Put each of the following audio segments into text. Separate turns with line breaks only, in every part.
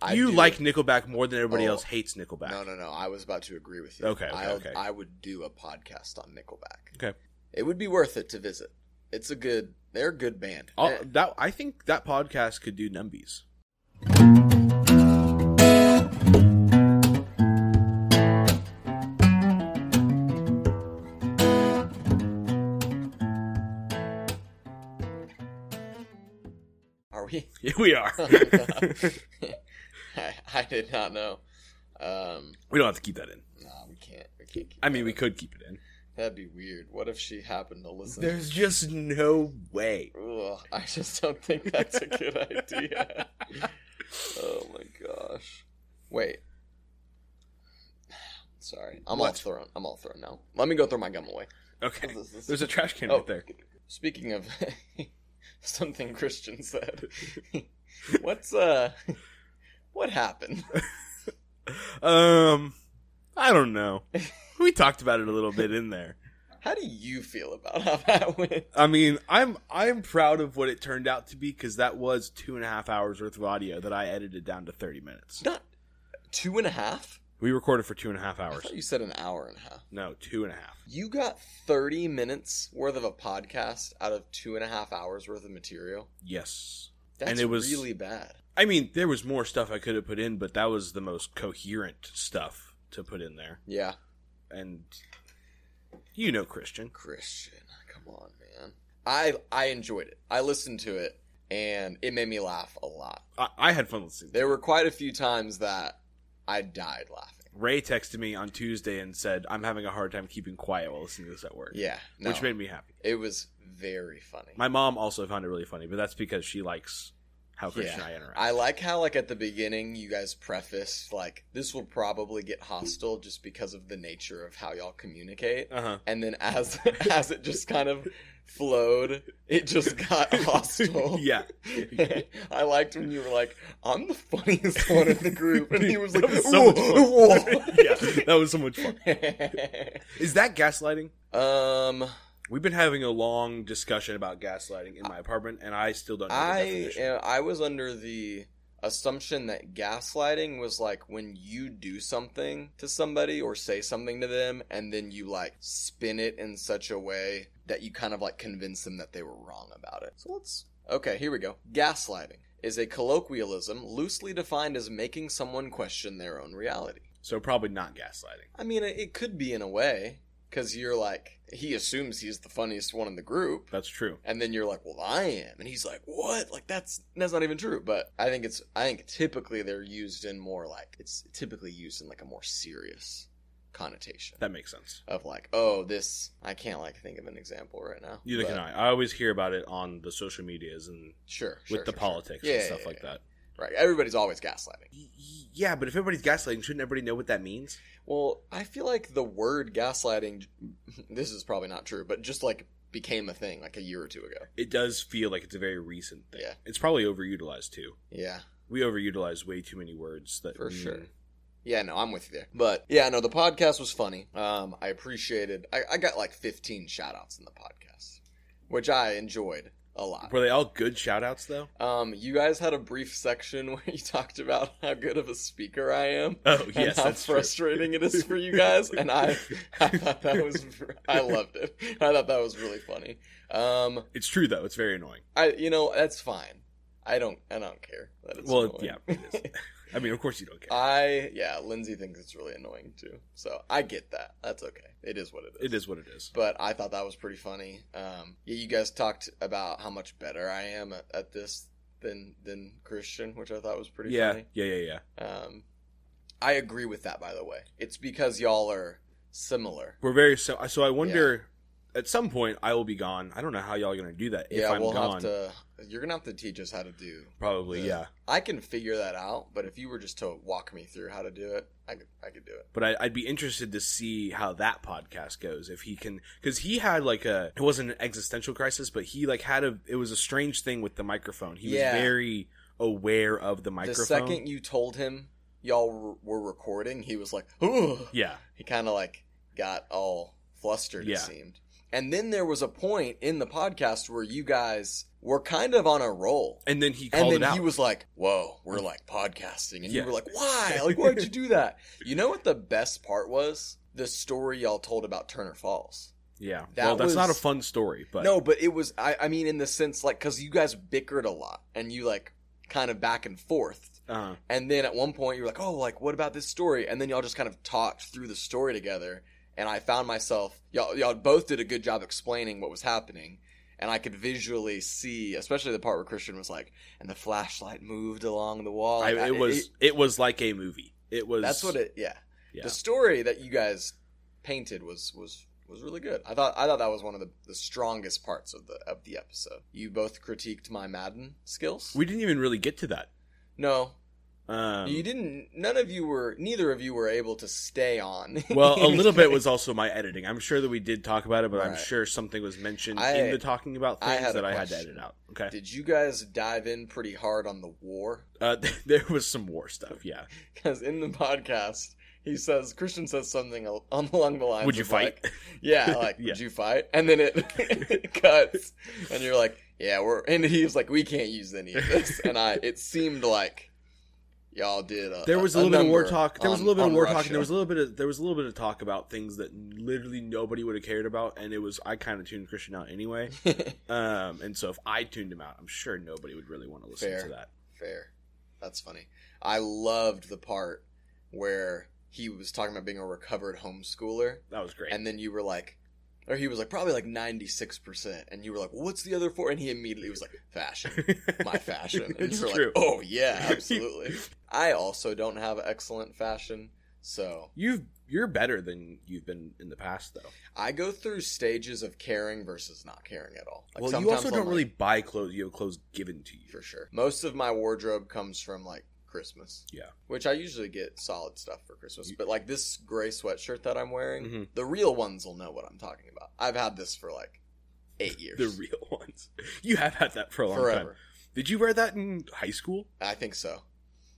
I
you
do-
like Nickelback more than everybody
Oh.
else hates Nickelback.
No, no, no. I was about to agree with you.
Okay, okay,
I,
okay.
I would do a podcast on Nickelback.
Okay.
It would be worth it to visit. It's a good. They're a good band.
I'll-
Eh,
Oh, that I think that podcast could do numbies.
Are we?
Yeah, we are.
I, I did not know. Um,
we don't have to keep that in.
no, we can't. We can't. Keep
I mean,
that
we
in.
could keep it in.
That'd be weird. What if she happened to listen?
There's just no way.
Ugh, I just don't think that's a good idea. oh my gosh. Wait. Sorry. I'm all
What?
thrown. I'm all thrown now. Let me go throw my gum away.
Okay.
This- this-
There's a trash can
Oh.
right there.
Speaking of something Christian said. What's uh what happened?
Um, I don't know. We talked about it a little bit in there.
How do you feel about how that went?
I mean, I'm I'm proud of what it turned out to be because that was two and a half hours worth of audio that I edited down to thirty minutes.
Not two and a half?
We recorded for two and a half
I
hours.
thought you said an hour and a half.
No, two and a half.
You got 30 minutes worth of a podcast out of two and a half hours worth of material.
Yes.
That's
And it was-
really bad.
I mean, there was more stuff I could have put in, but that was the most coherent stuff to put in there.
Yeah.
And you know, Christian.
Christian, come on, man. I I enjoyed it. I listened to it and it made me laugh a lot.
I, I had fun listening.
There were quite a few times that I died laughing.
Ray texted me on Tuesday and said, I'm having a hard time keeping quiet while listening to this at work.
Yeah. No,
Which made me happy.
it was very funny.
My mom also found it really funny, but that's because she likes how Christian
Yeah.
and I interact.
I like how like at the beginning you guys preface like this will probably get hostile just because of the nature of how y'all communicate.
uh huh.
and then as as it just kind of flowed, it just got hostile.
yeah.
I liked when you were like, "I'm the funniest one in the group," and he was like,
That was so much
"Whoa,
fun. yeah, that was so much fun. Is that gaslighting?
whoa." um,
We've been having a long discussion about gaslighting in my apartment, and I still don't know the
I
definition.
I was under the assumption that gaslighting was like when you do something to somebody or say something to them, and then you like spin it in such a way that you kind of like convince them that they were wrong about it. So let's okay, here we go. Gaslighting is a colloquialism loosely defined as making someone question their own reality.
So probably not gaslighting.
I mean, it it could be in a way because you're like he assumes he's the funniest one in the group.
That's true.
And then you're like, "Well, I am," and he's like, "What? Like that's that's not even true." But I think it's I think typically they're used in more like it's typically used in like a more serious connotation
That makes sense.
of like, "Oh, this I can't like think of an example right now."
Neither
But
can I. I always hear about it on the social medias and
Sure,
with
sure, sure,
the
sure.
politics
Yeah,
and stuff
yeah,
like
yeah.
that.
Right, everybody's always gaslighting.
Y- y- Yeah, but if everybody's gaslighting, shouldn't everybody know what that means?
Well, I feel like the word gaslighting. This is probably not true, but just like became a thing like a year or two ago.
It does feel like it's a very recent thing.
Yeah.
It's probably overutilized too.
Yeah,
We overutilize way too many words that
For
mean-
sure. Yeah, no, I'm with you there. But yeah, no, the podcast was funny. Um, I appreciated. I, I got like 15 shout outs in the podcast, which I enjoyed a lot.
Were they all good shout outs though?
Um, you guys had a brief section where you talked about how good of a speaker I am.
Oh
and
yes,
how
that's true.
frustrating it is for you guys, and I, I thought that was, I loved it. I thought that was really funny. Um,
It's true though. It's very annoying.
I, you know, that's fine. I don't, I don't care. That it's
well,
annoying. Uh,
yeah, it is. I mean, of course you don't care.
I yeah, Lindsay thinks it's really annoying too. So I get that. That's okay. It is what it is.
it is what it is.
But I thought that was pretty funny. Um, yeah, you guys talked about how much better I am at, at this than than Christian, which I thought was pretty
yeah,
funny.
yeah, yeah, yeah.
Um, I agree with that. By the way, it's because y'all are similar.
We're very so. So I wonder. At some point, I will be gone. I don't know how y'all are going to do that. If
yeah,
I'm
we'll
gone,
have to. You're gonna have to teach us how to do.
probably.
the-
Yeah,
I can figure that out, but if you were just to walk me through how to do it, I could I could do it.
but I, I'd be interested to see how that podcast goes if he can because he had like a it wasn't an existential crisis but he like had a it was a strange thing with the microphone he
Yeah.
was very aware of the microphone
The second you told him y'all were- were recording, he was like, "Ooh."
yeah
He kind of like got all flustered.
Yeah.
It seemed. And then there was a point in the podcast where you guys were kind of on a roll.
And then he
And
called
then
it out.
he was like, "Whoa, we're like podcasting," and you
Yeah.
were like, "Why? Like, why'd you do that?" You know what the best part was? The story y'all told about Turner Falls.
yeah.
that
well, that's
was-
not a fun story, but
no, but it was. I, I mean, in the sense, like, because you guys bickered a lot, and you like kind of back and forth,
Uh,
and then at one point you were like, "Oh, like, what about this story?" And then y'all just kind of talked through the story together, and I found myself y'all y'all both did a good job explaining what was happening. And I could visually see, especially the part where Christian was like, and the flashlight moved along the wall.
I,
and I-
it was it, was like a movie. It was
that's what it. Yeah.
Yeah.
the story that you guys painted was was was really good. I thought I thought that was one of the, the strongest parts of the of the episode. You both critiqued my Madden skills.
we didn't even really get to that.
no,
Um,
you didn't. None of you were. Neither of you were able to stay on.
well, a little bit was also my editing. I'm sure that we did talk about it, but I'm
Right.
sure something was mentioned
I-
in the talking about
I
things
had a
that I had to
question.
edit out. Okay,
Did you guys dive in pretty hard on the war?
uh, there was some war stuff. Yeah,
Because in the podcast, he says Christian says something al- along the lines.
would you
of
fight?
like, Yeah, like
Yeah.
would you fight? And then it, it cuts, and you're like, yeah, we're. And he's like, we can't use any of this. And I, it seemed like y'all did. A,
there was a little bit of war
number
talk. There was a
on-
little bit of
on
war talk. And
Russia.
there was a little bit of there was a little bit of talk about things that literally nobody would have cared about, and it was I kind of tuned Christian out anyway. Um, and so if I tuned him out, I'm sure nobody would really want to listen
Fair.
to that.
Fair, that's funny. I loved the part where he was talking about being a recovered homeschooler,
That was great.
and then you were like. Or he was like probably like ninety six percent, and you were like, well, "What's the other four? And he immediately was like, "Fashion." my fashion. And
It's
you're
true.
like, oh yeah, absolutely. I also don't have excellent fashion, so
You've you're better than you've been in the past, though.
I go through stages of caring versus not caring at all. Like,
well, you also
sometimes
don't
I'm
really
like-
buy clothes; you have clothes given to you.
for sure. Most of my wardrobe comes from like Christmas.
Yeah.
Which I usually get solid stuff for Christmas, but like this gray sweatshirt that I'm wearing,
Mhm.
the real ones will know what I'm talking about. I've had this for like 8 years.
The real ones. You have had that for a long time.
forever.
Did you wear that in high school?
I think so.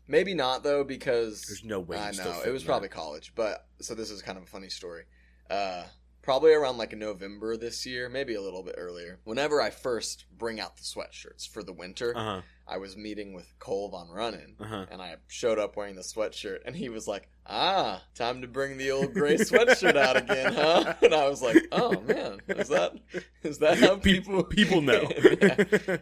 Maybe not though because
There's no way.
I
you still
know
fit
it was
in
probably
that.
college, but so this is kind of a funny story. Uh, probably around like November this year, maybe a little bit earlier. Whenever I first bring out the sweatshirts for the winter,
Uh-huh.
I was meeting with Cole von Runnin,
Uh-huh.
and I showed up wearing the sweatshirt, and he was like, "Ah, time to bring the old gray sweatshirt out again, huh?" And I was like, "Oh man, is that is that how people
People uh-huh. people know.
Yeah.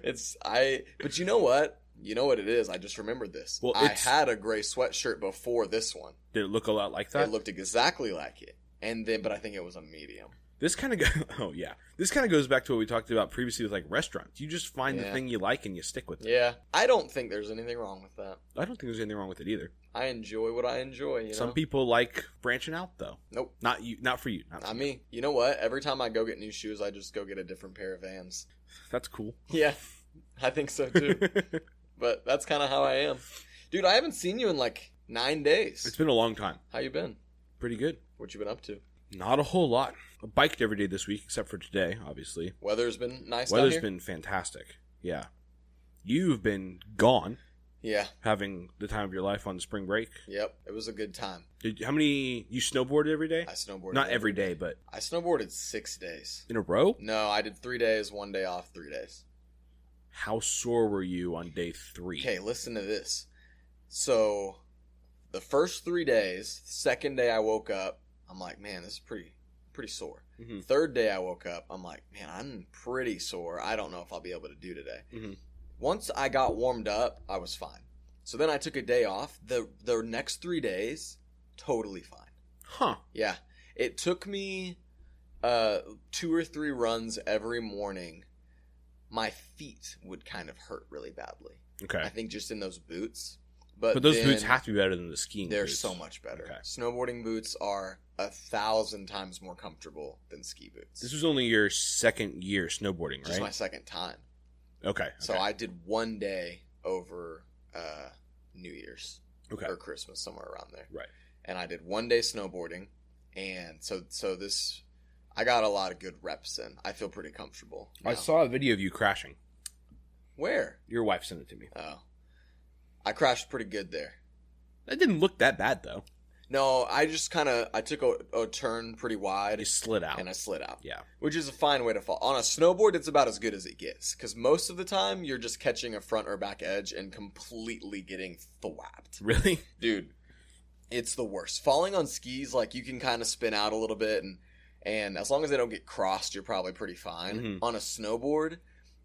It's I, but you know what? You know what it is. I just remembered this.
Well,
I
it's-
had a gray sweatshirt before this one.
Did it look a lot like that?
It looked exactly like it, and then but I think it was a medium.
this kind of go- oh yeah. This kind of goes back to what we talked about previously with like restaurants. You just find the
Yeah.
thing you like and you stick with it.
Yeah, I don't think there's anything wrong with that.
I don't think there's anything wrong with it either.
I enjoy what I enjoy. You know,
Some people like branching out though.
Nope.
Not you. Not for you. Not for
I
you.
mean, you know what? Every time I go get new shoes, I just go get a different pair of Vans.
That's cool.
Yeah, I think so too.
it's
but that's kind of how I am, dude. I haven't seen you in like nine days.
been a long time.
how you been?
Pretty good.
What you been up to?
Not a whole lot. I biked every day this week except for today, obviously.
Weather's been nice. down
Weather's
here?
been fantastic. Yeah. You've been gone
Yeah.
having the time of your life on spring break.
Yep. It was a good time.
Did, how many you snowboarded every day?
I snowboarded.
Not every day, but
I snowboarded six days.
in a row?
No, I did three days, one day off, three days.
How sore were you on day 3?
Okay, listen to this. So, the first three days, second day I woke up, I'm like, man, this is pretty, pretty sore.
Mhm.
Third day I woke up, I'm like, man, I'm pretty sore. I don't know if I'll be able to do today.
Mhm.
Once I got warmed up, I was fine. So then I took a day off. The the next three days, totally fine.
Huh.
Yeah. It took me uh two or three runs every morning. My feet would kind of hurt really badly. I
Okay.
think just in those boots. But,
But those
then
boots have to be better than the skiing
they're
boots.
so much better.
Okay.
Snowboarding boots are a thousand times more comfortable than ski boots.
This was only your second year snowboarding,
just
right?
my second time.
Okay. okay.
So I did one day over uh, New Year's
Okay.
or Christmas, somewhere around there.
Right.
And I did one day snowboarding, and so so this, I got a lot of good reps in. I feel pretty comfortable.
I
now.
saw a video of you crashing.
where
Your wife sent it to me.
oh, I crashed pretty good there.
That didn't look that bad though.
No, I just kind of I took a, a turn pretty wide
You slid out.
and I slid out.
yeah.
which is a fine way to fall. On a snowboard, it's about as good as it gets because most of the time you're just catching a front or back edge and completely getting thwapped.
Really?
Dude, it's the worst. Falling on skis, like you can kind of spin out a little bit, and and as long as they don't get crossed, you're probably pretty fine.
Mhm.
On a snowboard,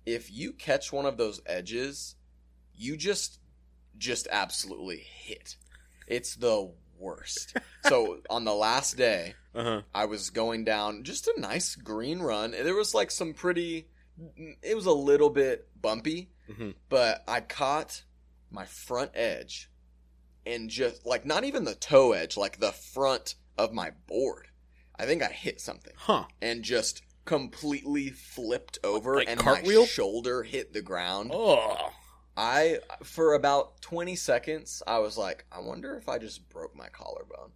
if you catch one of those edges, you just just absolutely hit. It's the worst. so on the last day,
Uh huh.
I was going down just a nice green run. and There was like some pretty, it was a little bit bumpy,
Mhm.
but I caught my front edge and just like not even the toe edge, like the front of my board. I think I hit something
Huh.
and just completely flipped over
Like
and my
cartwheel?
shoulder hit the ground.
Oh.
I for about 20 seconds I was like, I wonder if I just broke my collarbone.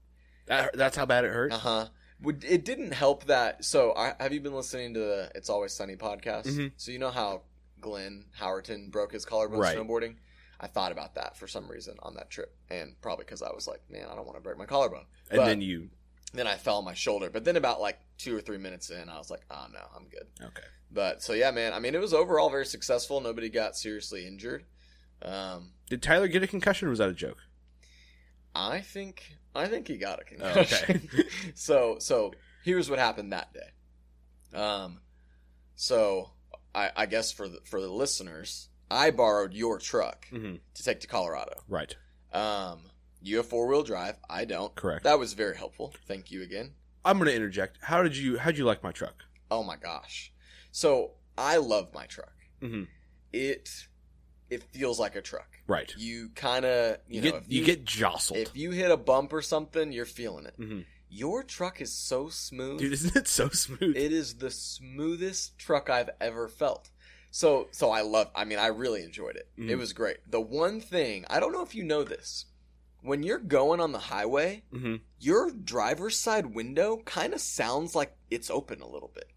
That, that's how bad it hurt.
Uh huh. It didn't help that. So, I, have you been listening to the It's Always Sunny podcast?
Mhm.
So, you know how Glenn Howerton broke his collarbone
Right.
snowboarding? I thought about that for some reason on that trip. And probably because I was like, man, I don't want to break my collarbone.
and
but-
then you.
Then I fell on my shoulder. But then, about like two or three minutes in, I was like, oh, no, I'm good.
Okay.
But so, yeah, man, I mean, it was overall very successful. Nobody got seriously injured. Um,
Did Tyler get a concussion or was that a joke?
I think I think he got a
Oh,
concussion. so so here's what happened that day. Um, so I, I guess for the, for the listeners, I borrowed your truck
Mm-hmm.
to take to Colorado.
Right.
Um, you have four wheel drive. I don't.
Correct.
That was very helpful. Thank you again.
I'm gonna interject. How did you? How'd you like my truck?
Oh my gosh. So I love my truck.
Mm-hmm.
It it feels like a truck.
Right.
You kind of you,
You,
know
get
if
you, get jostled,
if Mm-hmm. you hit a bump or something, you're feeling it.
Mhm.
Your truck is so smooth.
dude. Isn't it so smooth?
It is the smoothest truck I've ever felt. So so I love I mean I really enjoyed it.
Mhm.
It was great. The one thing, I don't know if you know this. When you're going on the highway,
mm-hmm.
your driver's side window kind of sounds like it's open a little bit.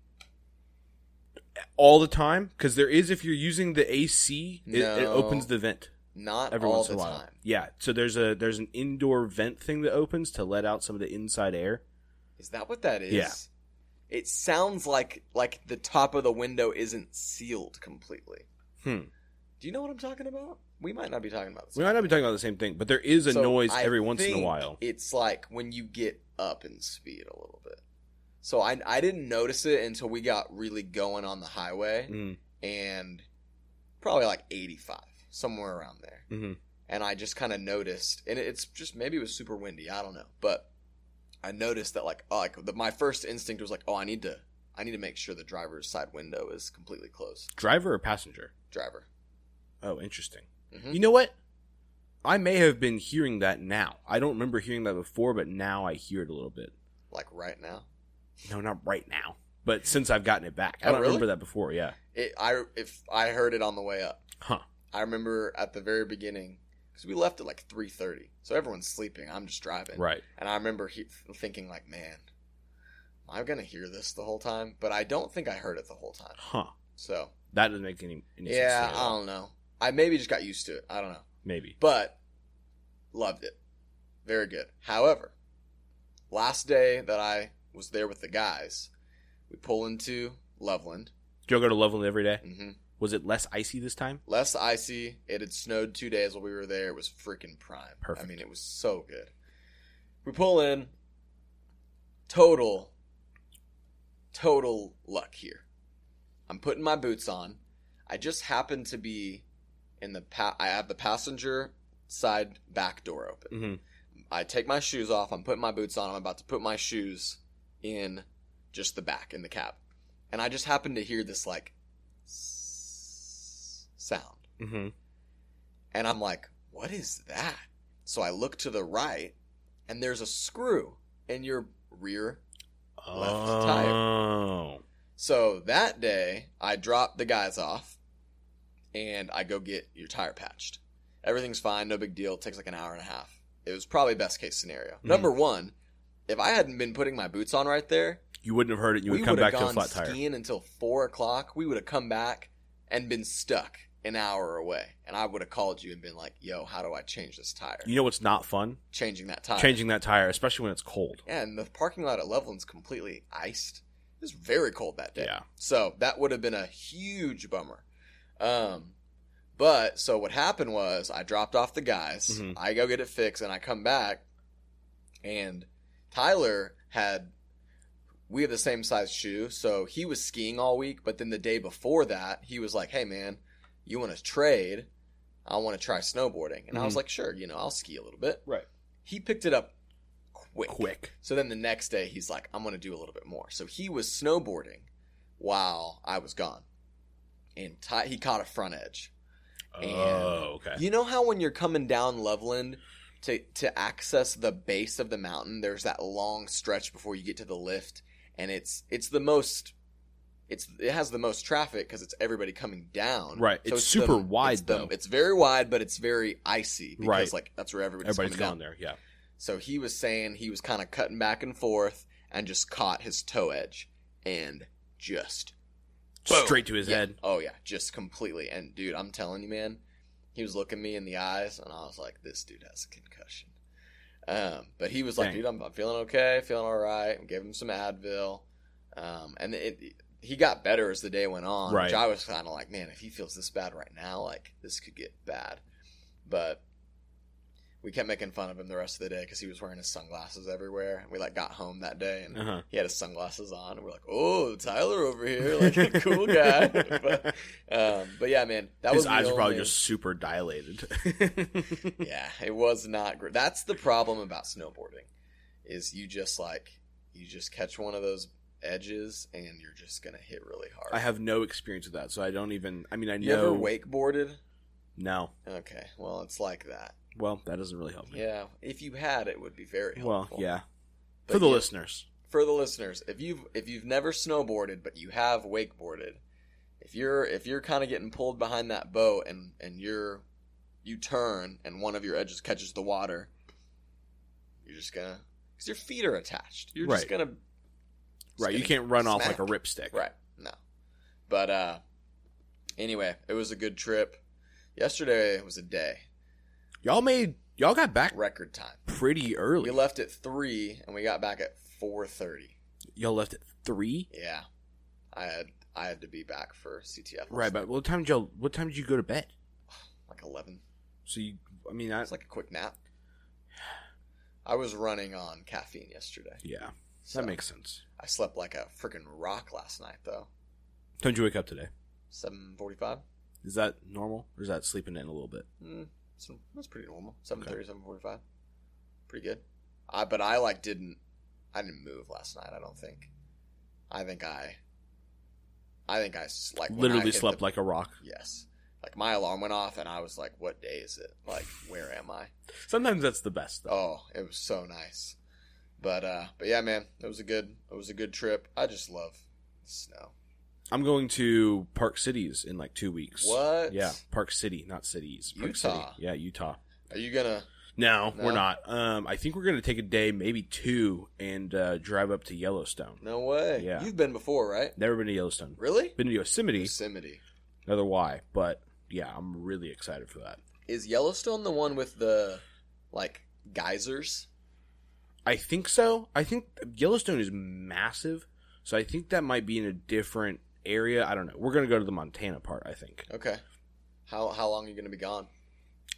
All the time, because there is if you're using the AC, it, it
No.
opens the vent
Not
every
all
once
the
in a while.
time.
Yeah. So there's a there's an indoor vent thing that opens to let out some of the inside air.
Is that what that is?
Yeah.
It sounds like like the top of the window isn't sealed completely.
Hmm.
Do you know what I'm talking about? We might not be talking about this.
We might not be talking about the same thing, but there is a
So
noise
I
every once in a
think
while.
It's like when you get up in speed a little bit. So I I didn't notice it until we got really going on the highway
Mhm.
and probably like 85 somewhere around there.
Mhm.
And I just kind of noticed and it's just maybe it was super windy, I don't know, but I noticed that like oh, like the, my first instinct was like oh I need to I need to make sure the driver's side window is completely closed.
Driver or passenger?
Driver.
Oh, interesting.
Mhm.
You know what? I may have been hearing that now. I don't remember hearing that before, but now I hear it a little bit.
Like right now.
No, not right now, but since I've gotten it back, I
Oh,
don't
really?
remember that before. Yeah.
It I if I heard it on the way up.
Huh.
I remember at the very beginning because we left at like three thirty, so everyone's sleeping. I'm just driving,
Right.
and I remember he- thinking like, "Man, am I gonna hear this the whole time?" But I don't think I heard it the whole time.
Huh.
So
That doesn't make any, any
yeah, um,
sense. to me at
I
all.
don't know. I maybe just got used to it. I don't know,
Maybe.
but loved it. Very good. However, last day that I was there with the guys, we pull into Loveland.
Do you go to Loveland every day?
hmm
Was it less icy this time?
less icy. It had snowed two days while we were there. It was freaking prime.
Perfect.
I mean, it was so good. We pull in. Total, total luck here. I'm putting my boots on. I just happen to be in the pa- I have the passenger side back door open.
Mm-hmm.
I take my shoes off. I'm putting my boots on. I'm about to put my shoes in just the back in the cab, and I just happen to hear this like s- sound.
Mm-hmm.
And I'm like, what is that? So I look to the right, and there's a screw in your rear. Left tire.
Oh.
So that day, I drop the guys off, and I go get your tire patched. Everything's fine, no big deal. It takes like an hour and a half. It was probably best case scenario.
Mhm.
Number one, if I hadn't been putting my boots on right there,
You wouldn't have heard it. You
we
would come
would have
back to a
gone
flat tire.
skiing until four o'clock. We would have come back and been stuck an hour away, and I would have called you and been like, "Yo, how do I change this tire?
You know what's not fun?
Changing that tire.
Changing that tire, especially when it's cold.
Yeah, and the parking lot at Loveland's completely iced. It was very cold that day.
Yeah.
So that would have been a huge bummer. Um, but so what happened was I dropped off the guys.
Mhm.
I go get it fixed, and I come back, and Tyler had we have the same size shoe, so he was skiing all week. But then the day before that, he was like, "Hey man, you want to trade? I want to try snowboarding." And I was like, "Sure, you know, I'll ski a little bit."
Right.
He picked it up quick.
Quick.
So then the next day, he's like, I'm going to do a little bit more. So he was snowboarding while I was gone. And Ty- he caught a front edge. And-
Oh, okay.
You know how when you're coming down Loveland to, to access the base of the mountain, there's that long stretch before you get to the lift, and it's it's the most it's it has the most traffic because it's everybody coming down.
Right. It's super wide,
it's the-
though.
It's very wide, but it's very icy because
Right.
like that's where everybody's,
Everybody's
coming down.
gone there. Yeah.
So he was saying he was kind of cutting back and forth and just caught his toe edge and just Boom.
Straight to his
yeah.
head.
Oh yeah, just completely. And dude, I'm telling you, man, he was looking me in the eyes, and I was like, this dude has a concussion. Um, but he was like,
Dang.
dude, I'm, I'm feeling okay, feeling all right. And gave him some Advil, um, and it, he got better as the day went on.
Right.
Which I was kind of like, man, if he feels this bad right now, like this could get bad. But we kept making fun of him the rest of the day because he was wearing his sunglasses everywhere. We like got home that day and
Uh-huh.
he had his sunglasses on, and we're like, "Oh, Tyler over here, like a cool guy." but, um, but yeah, man, that was
his
the
eyes are probably
only-
just super dilated.
yeah, it was not great. That's the problem about snowboarding, is you just like you just catch one of those edges and you're just gonna hit really hard.
I have no experience with that, so I don't even. I mean, I
you
know.
ever wakeboarded?
No.
Okay, well, it's like that.
Well, that doesn't really help me.
Yeah, if you had, it would be very
well,
helpful.
yeah.
But
For the
yeah,
listeners,
for the listeners, if you've if you've never snowboarded but you have wakeboarded, if you're if you're kind of getting pulled behind that boat and and you're you turn and one of your edges catches the water, you're just gonna because your feet are attached. You're just
Right.
gonna just
right? You
gonna-
can't run off like
smack.
a ripstick.
right no, but uh, anyway, it was a good trip. Yesterday was a day
Y'all made. Y'all got back
record time.
pretty early.
We left at three and we got back at four thirty.
y'all left at three.
Yeah, I had I had to be back for CTF. last
Right, but what time did y'all? What time did you go to bed?
like 11.
So you, I mean, I,
It's like a quick nap. I was running on caffeine yesterday.
yeah,
so
that makes sense.
I slept like a freaking rock last night though.
Time did you wake up today?
7:45.
Is that normal, or is that sleeping in a little bit?
Mm, so that's pretty normal. 7:30, 7:45. Pretty good. I but I like didn't I didn't move last night, I don't think. I think I I think I s- like when I
Literally
hit
slept
the-
like a rock.
yes. Like my alarm went off and I was like what day is it? Like where am I?
Sometimes that's the best. Though.
Oh, it was so nice. But uh but yeah, man, it was a good it was a good trip. I just love snow.
I'm going to Park Cities in like two weeks.
What?
Yeah, Park City, not cities. Park
Utah.
City. Yeah, Utah.
Are you gonna
No,
No?
we're not. Um, I think we're gonna take a day, maybe two, and uh, drive up to Yellowstone.
No way.
Yeah.
You've been before, right?
Never been to Yellowstone.
Really?
Been to Yosemite.
Yosemite.
Another why, but yeah, I'm really excited for that.
Is Yellowstone the one with the like geysers?
I think so. I think Yellowstone is massive, so I think that might be in a different area. I don't know. We're gonna go to the Montana part. I think.
Okay. How how long are you gonna be gone?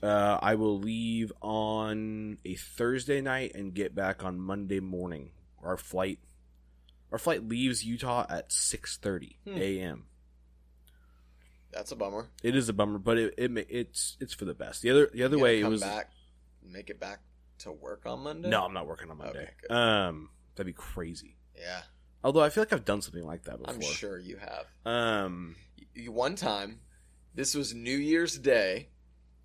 Uh, I will leave on a Thursday night and get back on Monday morning. Our flight, our flight leaves Utah at six thirty
Hmm.
a.m.
That's a bummer.
It is a bummer, but it, it ma- it's it's for the best. The other the other
You gotta
way it
come
was
back make it back to work on Monday?
no, I'm not working on Monday.
Okay, good.
um, that'd be crazy.
Yeah.
Although I feel like I've done something like that before.
I'm sure you have.
Um,
you- one time this was new year's day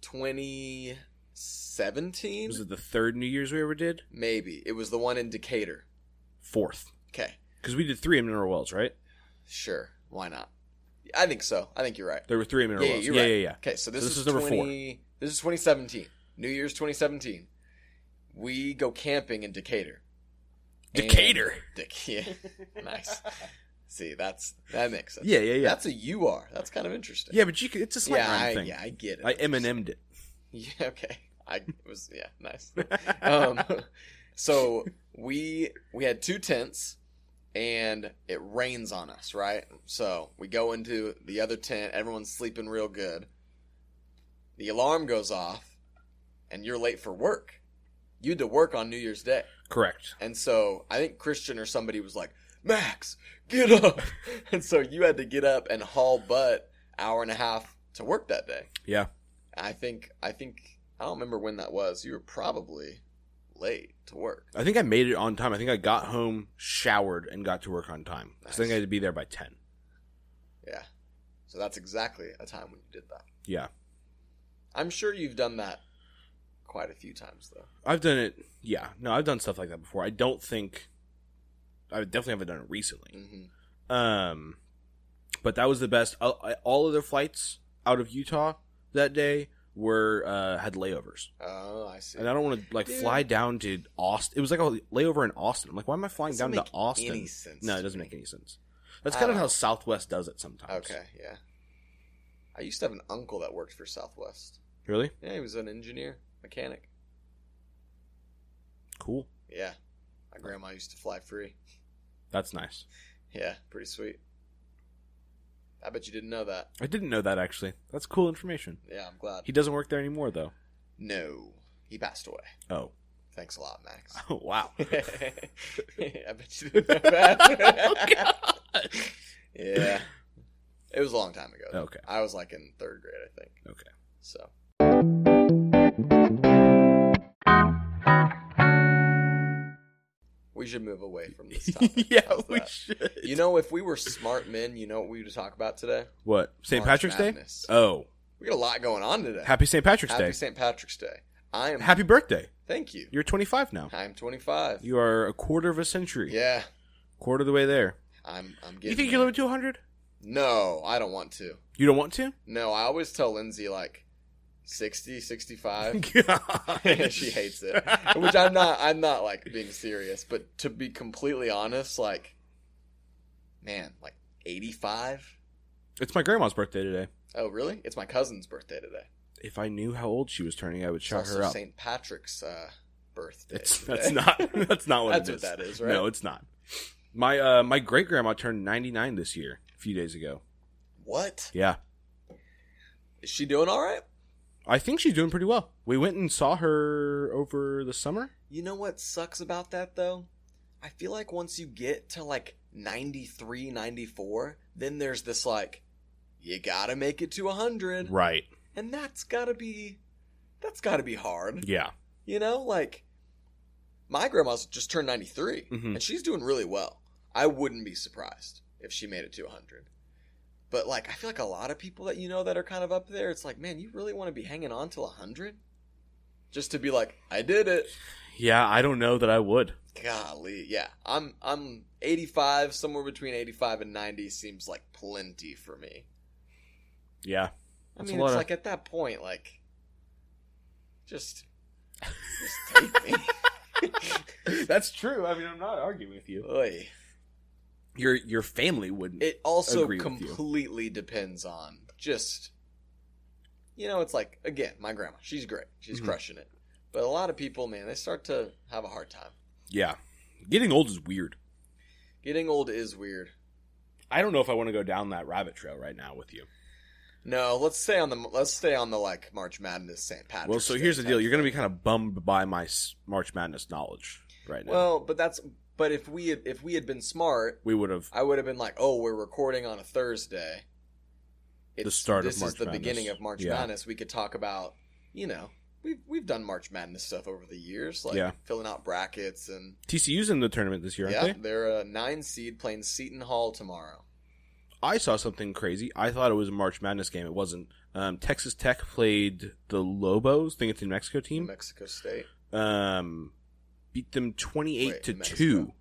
2017
was it the third New Year's we ever did?
maybe it was the one in decatur
Fourth.
okay
Because we did three in Mineral Wells, right?
sure why not i think so i think you're right
There were three in Mineral
Yeah,
Wells.
you're
yeah,
right.
yeah, yeah.
okay so this,
this
is,
is number four.
20, this is 2017 new year's 2017 we go camping in decatur And-
Decatur.
Dec- yeah, nice See, that's that makes sense.
Yeah, yeah, yeah.
That's a you are. That's kind of interesting.
yeah, but you could, it's a slight
yeah,
rhyme
I,
thing.
yeah, I get it.
I Eminem'd it.
Yeah, okay. I was yeah, nice. Um, so we we had two tents, and it rains on us, right? So we go into the other tent. Everyone's sleeping real good. The alarm goes off, and you're late for work. You had to work on New Year's Day,
Correct.
and so I think Christian or somebody was like, "Max, get up!" and so you had to get up and haul butt hour and a half to work that day.
Yeah.
I think I think I don't remember when that was. You were probably late to work.
I think I made it on time. I think I got home, showered, and got to work on time. So I think I had to be there by 10.
Yeah. So that's exactly a time when you did that.
Yeah.
I'm sure you've done that quite a few times though.
I've done it. Yeah. No, I've done stuff like that before. I don't think. I definitely haven't done it recently.
hmm
Um, but that was the best. All- I- All other flights out of Utah that day were uh, had layovers,
Oh, I see.
and I don't want to like
Dude.
fly down to Austin. It was like a layover in Austin. I'm like, why am I flying
Doesn't
down
make
to Austin?
any sense
no, it
to
doesn't
me.
make any sense. That's
I
kind of
don't
how
know.
Southwest does it sometimes.
Okay, yeah. I used to have an uncle that worked for Southwest.
Really
Yeah, he was an engineer, mechanic.
cool.
Yeah. My grandma used to fly free.
That's nice.
Yeah, pretty sweet. I bet you didn't know that.
I didn't know that actually. That's cool information.
Yeah, I'm glad.
He doesn't work there anymore though.
No, he passed away.
Oh.
Thanks a lot, Max.
Oh wow.
I bet you didn't know that.
Oh,
yeah. It was a long time ago. though.
Okay.
I was like in third grade, I think.
Okay.
So. We should move away from this topic.
yeah,
How's
we
that?
should.
You know, if we were smart men, you know what we would talk about today?
what? St.
March
Patrick's
Madness.
Day? Oh.
We got a lot going on today.
Happy St. Patrick's
Happy
Day.
St. Patrick's Day. I am.
Happy birthday.
Thank you.
You're 25 now.
I'm 25.
You are a quarter of a century.
yeah.
Quarter of the way there.
I'm. I'm getting.
You think
there.
you're living to 100?
No, I don't want to.
You don't want to?
No, I always tell Lindsay like 60, 65.
God.
she hates it. Which I'm not I'm not like being serious, but to be completely honest, like man, like 85?
It's my grandma's birthday today.
Oh, really? It's my cousin's birthday today.
If I knew how old she was turning, I would
It's
shout
also
her up.
St. Patrick's uh birthday.
It's,
today.
that's not that's not what
That's
it
what
is.
that is, right?
No, it's not. My uh my great grandma turned 99 this year, a few days ago.
What?
Yeah.
Is she doing all right?
I think she's doing pretty well. We went and saw her over the summer.
You know what sucks about that though? I feel like once you get to like 93, 94, then there's this like, you gotta make it to 100.
Right.
And that's gotta be, that's gotta be hard.
Yeah.
You know, like, my grandma's just turned 93
Mhm.
and she's doing really well. I wouldn't be surprised if she made it to 100. But like, I feel like a lot of people that you know that are kind of up there, it's like, man, you really wanna be hanging on till 100? Just to be like, I did it.
Yeah, I don't know that I would.
Golly, yeah. I'm I'm 85, somewhere between 85 and 90 seems like plenty for me.
Yeah.
I
That's
mean,
a lot
it's
of-
like at that point, like, just, just take me.
That's true. I mean, I'm not arguing with you.
Oy.
Your your family wouldn't.
It also
Agree with you.
completely depends on just, you know, it's like again, my grandma, she's great, she's
Mhm.
crushing it. But a lot of people, man, they start to have a hard time.
yeah. Getting old is weird.
Getting old is weird.
I don't know if I want to go down that rabbit trail right now with you.
No, let's stay on the let's stay on the like March Madness, St. Patrick's.
well, so
Day
here's the
type
deal. You're going
thing.
to be kind of bummed by my s- March Madness knowledge right now.
Well, but that's but if we had, if we had been smart,
we would have.
I would have been like, "Oh, we're recording on a Thursday." It's,
start of
this
March
is the
Madness.
beginning of March
Yeah.
Madness. We could talk about, you know, we've we've done March Madness stuff over the years, like
Yeah.
filling out brackets and
TCU's in the tournament this year, aren't
yeah,
they?
they? are a nine seed playing Seton Hall tomorrow.
I saw something crazy. I thought it was a March Madness game. It wasn't. Um, Texas Tech played the Lobos. think it's in Mexico
New
team.
Mexico State.
um, beat them twenty eight
Wait,
to
Mexico.
two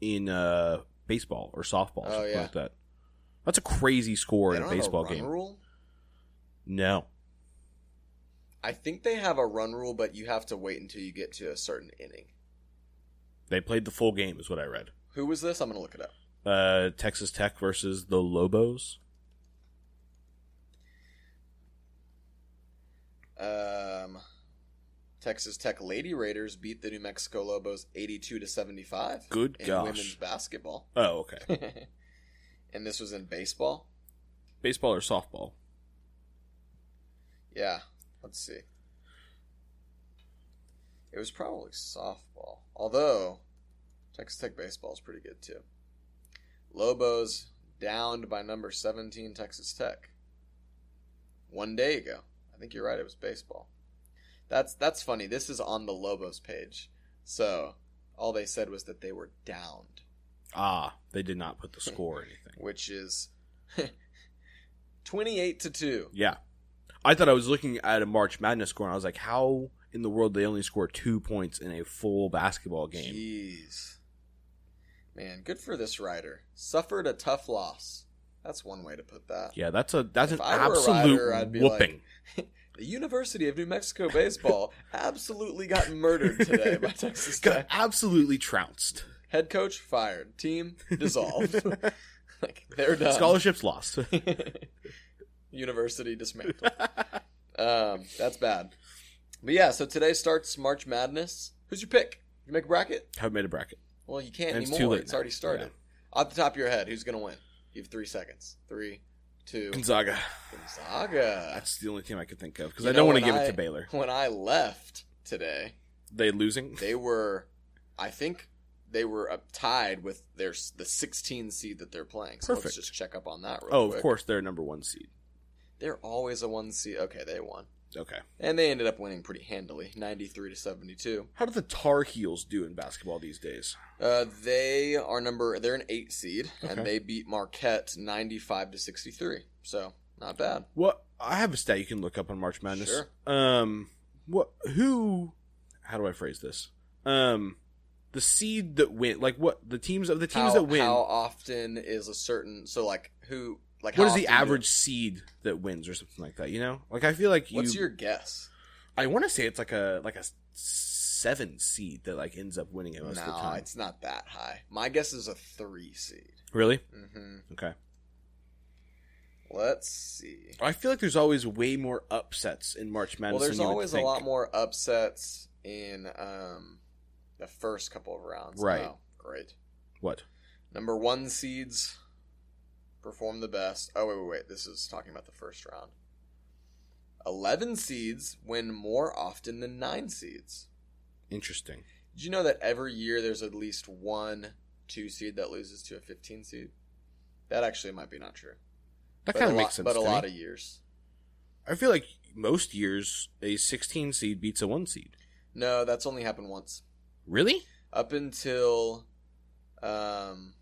in uh, baseball or softball,
Oh,
or something
yeah.
like that. That's a crazy score
They
in a
don't have
baseball
run
game.
Rule.
No,
I think they have a run rule, but you have to wait until you get to a certain inning.
they played the full game, is what I read.
Who was this? I'm gonna look it up.
uh, Texas Tech versus the Lobos.
Um, Texas Tech Lady Raiders beat the New Mexico Lobos 82 to 75
Good
in
gosh.
women's basketball.
Oh, okay.
and this was in baseball.
Baseball or softball?
Yeah, let's see. It was probably softball, although Texas Tech baseball is pretty good too. Lobos downed by number 17 Texas Tech. One day ago. I think you're right, it was baseball. That's that's funny. This is on the Lobos page. So, all they said was that they were downed,
Ah, they did not put the score or anything.
which is 28 to 2.
Yeah. I thought I was looking at a March Madness score and I was like, how in the world they only score two points in a full basketball game?
Jeez. Man, good for this rider. Suffered a tough loss. That's one way to put that.
Yeah, that's a that's
If
an
I were a
absolute
rider, I'd be
whooping.
The University of New Mexico baseball absolutely got murdered today by Texas
Got
Tech.
absolutely trounced.
Head coach fired. Team dissolved. like they're done.
Scholarships lost.
University dismantled. um, that's bad. But yeah, so today starts March Madness. Who's your pick? You make a bracket?
Haven't made a bracket.
Well, you can't
And it's
anymore.
too late
it's
now.
already started. Off the top of your head, who's gonna win? You have three seconds. Three, two.
Gonzaga.
Gonzaga.
That's the only team I could think of because
You
I
know,
don't want to
when
give
I-
it to Baylor.
When I left today,
They losing.
they were, I think, they were up tied with their s- the 16 seed that they're playing. So let's
Perfect.
just check up on that. Real
oh, of
quick.
course they're number one seed.
They're always a one seed. Okay, they won,
Okay.
and they ended up winning pretty handily, 93 to 72.
How do the Tar Heels do in basketball these days?
Uh, they are number. They're an eight seed,
Okay.
and they beat Marquette 95 to 63. So not bad.
What I have a stat you can look up on March Madness.
Sure.
Um, what who? How do I phrase this? Um, the seed that win, like what the teams of the teams
how,
that win.
How often is a certain? So like who? Like
what
how
is the
often do-
average seed that wins or something like that? You know, like I feel like you.
What's your guess?
I want to say it's like a like a seven seed that like ends up winning it most of the
No,
time.
it's not that high. My guess is a three seed.
Really?
hmm
Okay.
Let's see.
I feel like there's always way more upsets in March Madness.
well, there's
than you would
always a
think.
lot more upsets in um, the first couple of rounds.
Right.
Oh, great.
What?
Number one seeds perform the best. Oh, wait, wait, wait. This is talking about the first round. 11 seeds win more often than 9 seeds.
Interesting.
Did you know that every year there's at least one 2 seed that loses to a 15 seed? That actually might be not true.
That
But
kind
a
of
lot-
makes sense.
But
to
a
me.
lot of years.
I feel like most years a 16 seed beats a one seed.
No, that's only happened once.
Really?
Up until, um,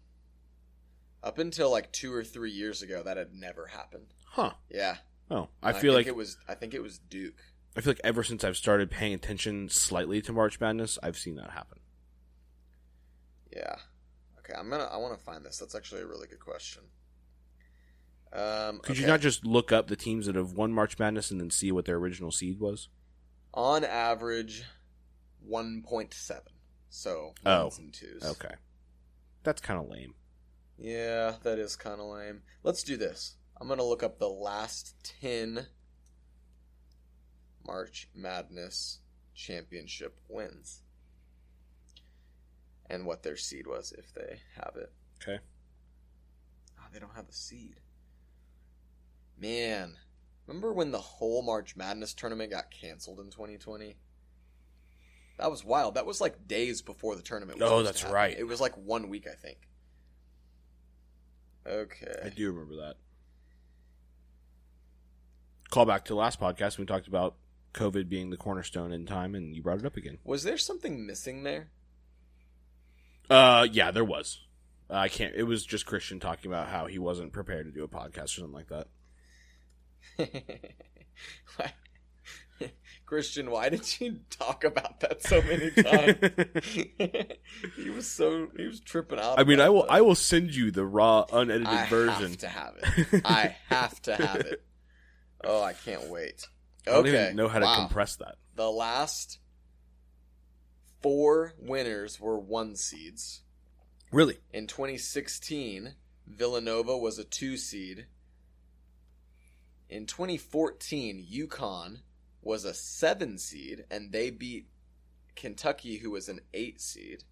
up until like two or three years ago, that had never happened.
Huh.
Yeah,
Oh, I
And
feel
think
like
it was. I think it was Duke.
I feel like ever since I've started paying attention slightly to March Madness, I've seen that happen.
Yeah. Okay, I'm gonna. I want to find this. That's actually a really good question. Um,
Could you
okay.
not just look up the teams that have won March Madness and then see what their original seed was?
on average, one point seven. So
Oh.
ones and twos.
Okay. That's kind of lame.
Yeah, that is kind of lame. Let's do this. I'm going to look up the last 10 March Madness championship wins and what their seed was if they have it.
Okay.
Oh, they don't have a seed. Man, remember when the whole March Madness tournament got canceled in 2020? That was wild. That was like days before the tournament. was
Oh,
supposed to
that's
happen.
right.
It was like one week, I think.
I
Okay.
do remember that. Call back to the last podcast. We talked about COVID being the cornerstone in time, and you brought it up again.
Was there something missing there?
Uh, yeah, there was. Uh, I can't. It was just Christian talking about how he wasn't prepared to do a podcast or something like that.
Why- Christian, why did you talk about that so many times? he was so he was tripping out.
I mean,
about
I will.
that.
I will send you the raw, unedited
I
version.
have to have it. I have to have it. Oh, I can't wait.
I don't
Okay.
even know how to
wow.
compress that.
The last four winners were one seeds.
Really?
In 2016, Villanova was a two seed. In 2014, UConn was a seven seed, and they beat Kentucky, who was an eight seed,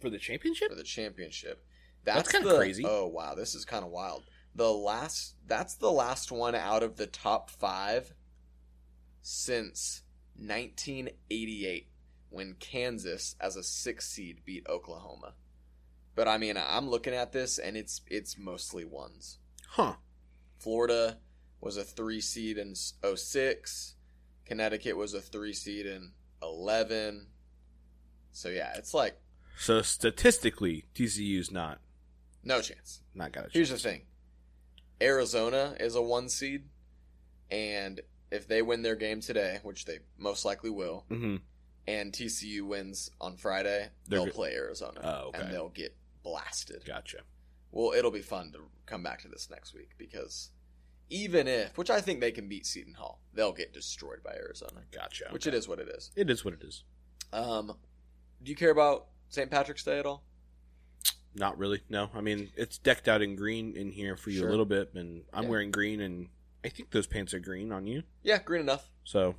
For the championship?
for the championship.
That's kinda
the-
crazy.
Oh wow, this is kind of wild. The last that's the last one out of the top five since 1988, when Kansas, as a six seed, beat Oklahoma. But I mean, I'm looking at this, and it's it's mostly ones.
Huh.
Florida was a three seed in s- 06. Connecticut was a three seed in 11. So, yeah, it's like
So statistically, TCU's not
no chance.
not got a chance.
Here's the thing Arizona is a one seed. And if they win their game today, which they most likely will,
Mm-hmm.
and TCU wins on Friday,
They're
they'll
go-
play Arizona.
Oh, okay.
And they'll get blasted.
Gotcha.
Well, it'll be fun to come back to this next week because even if, which I think they can beat Seton Hall, they'll get destroyed by Arizona,
Gotcha.
which it is what it is.
It is what it is.
Um, do you care about St. Patrick's Day at all?
Not really. No. I mean, it's decked out in green in here for you
Sure.
a little bit, and I'm
Yeah.
wearing green, and I think those pants are green on you.
Yeah, green enough.
So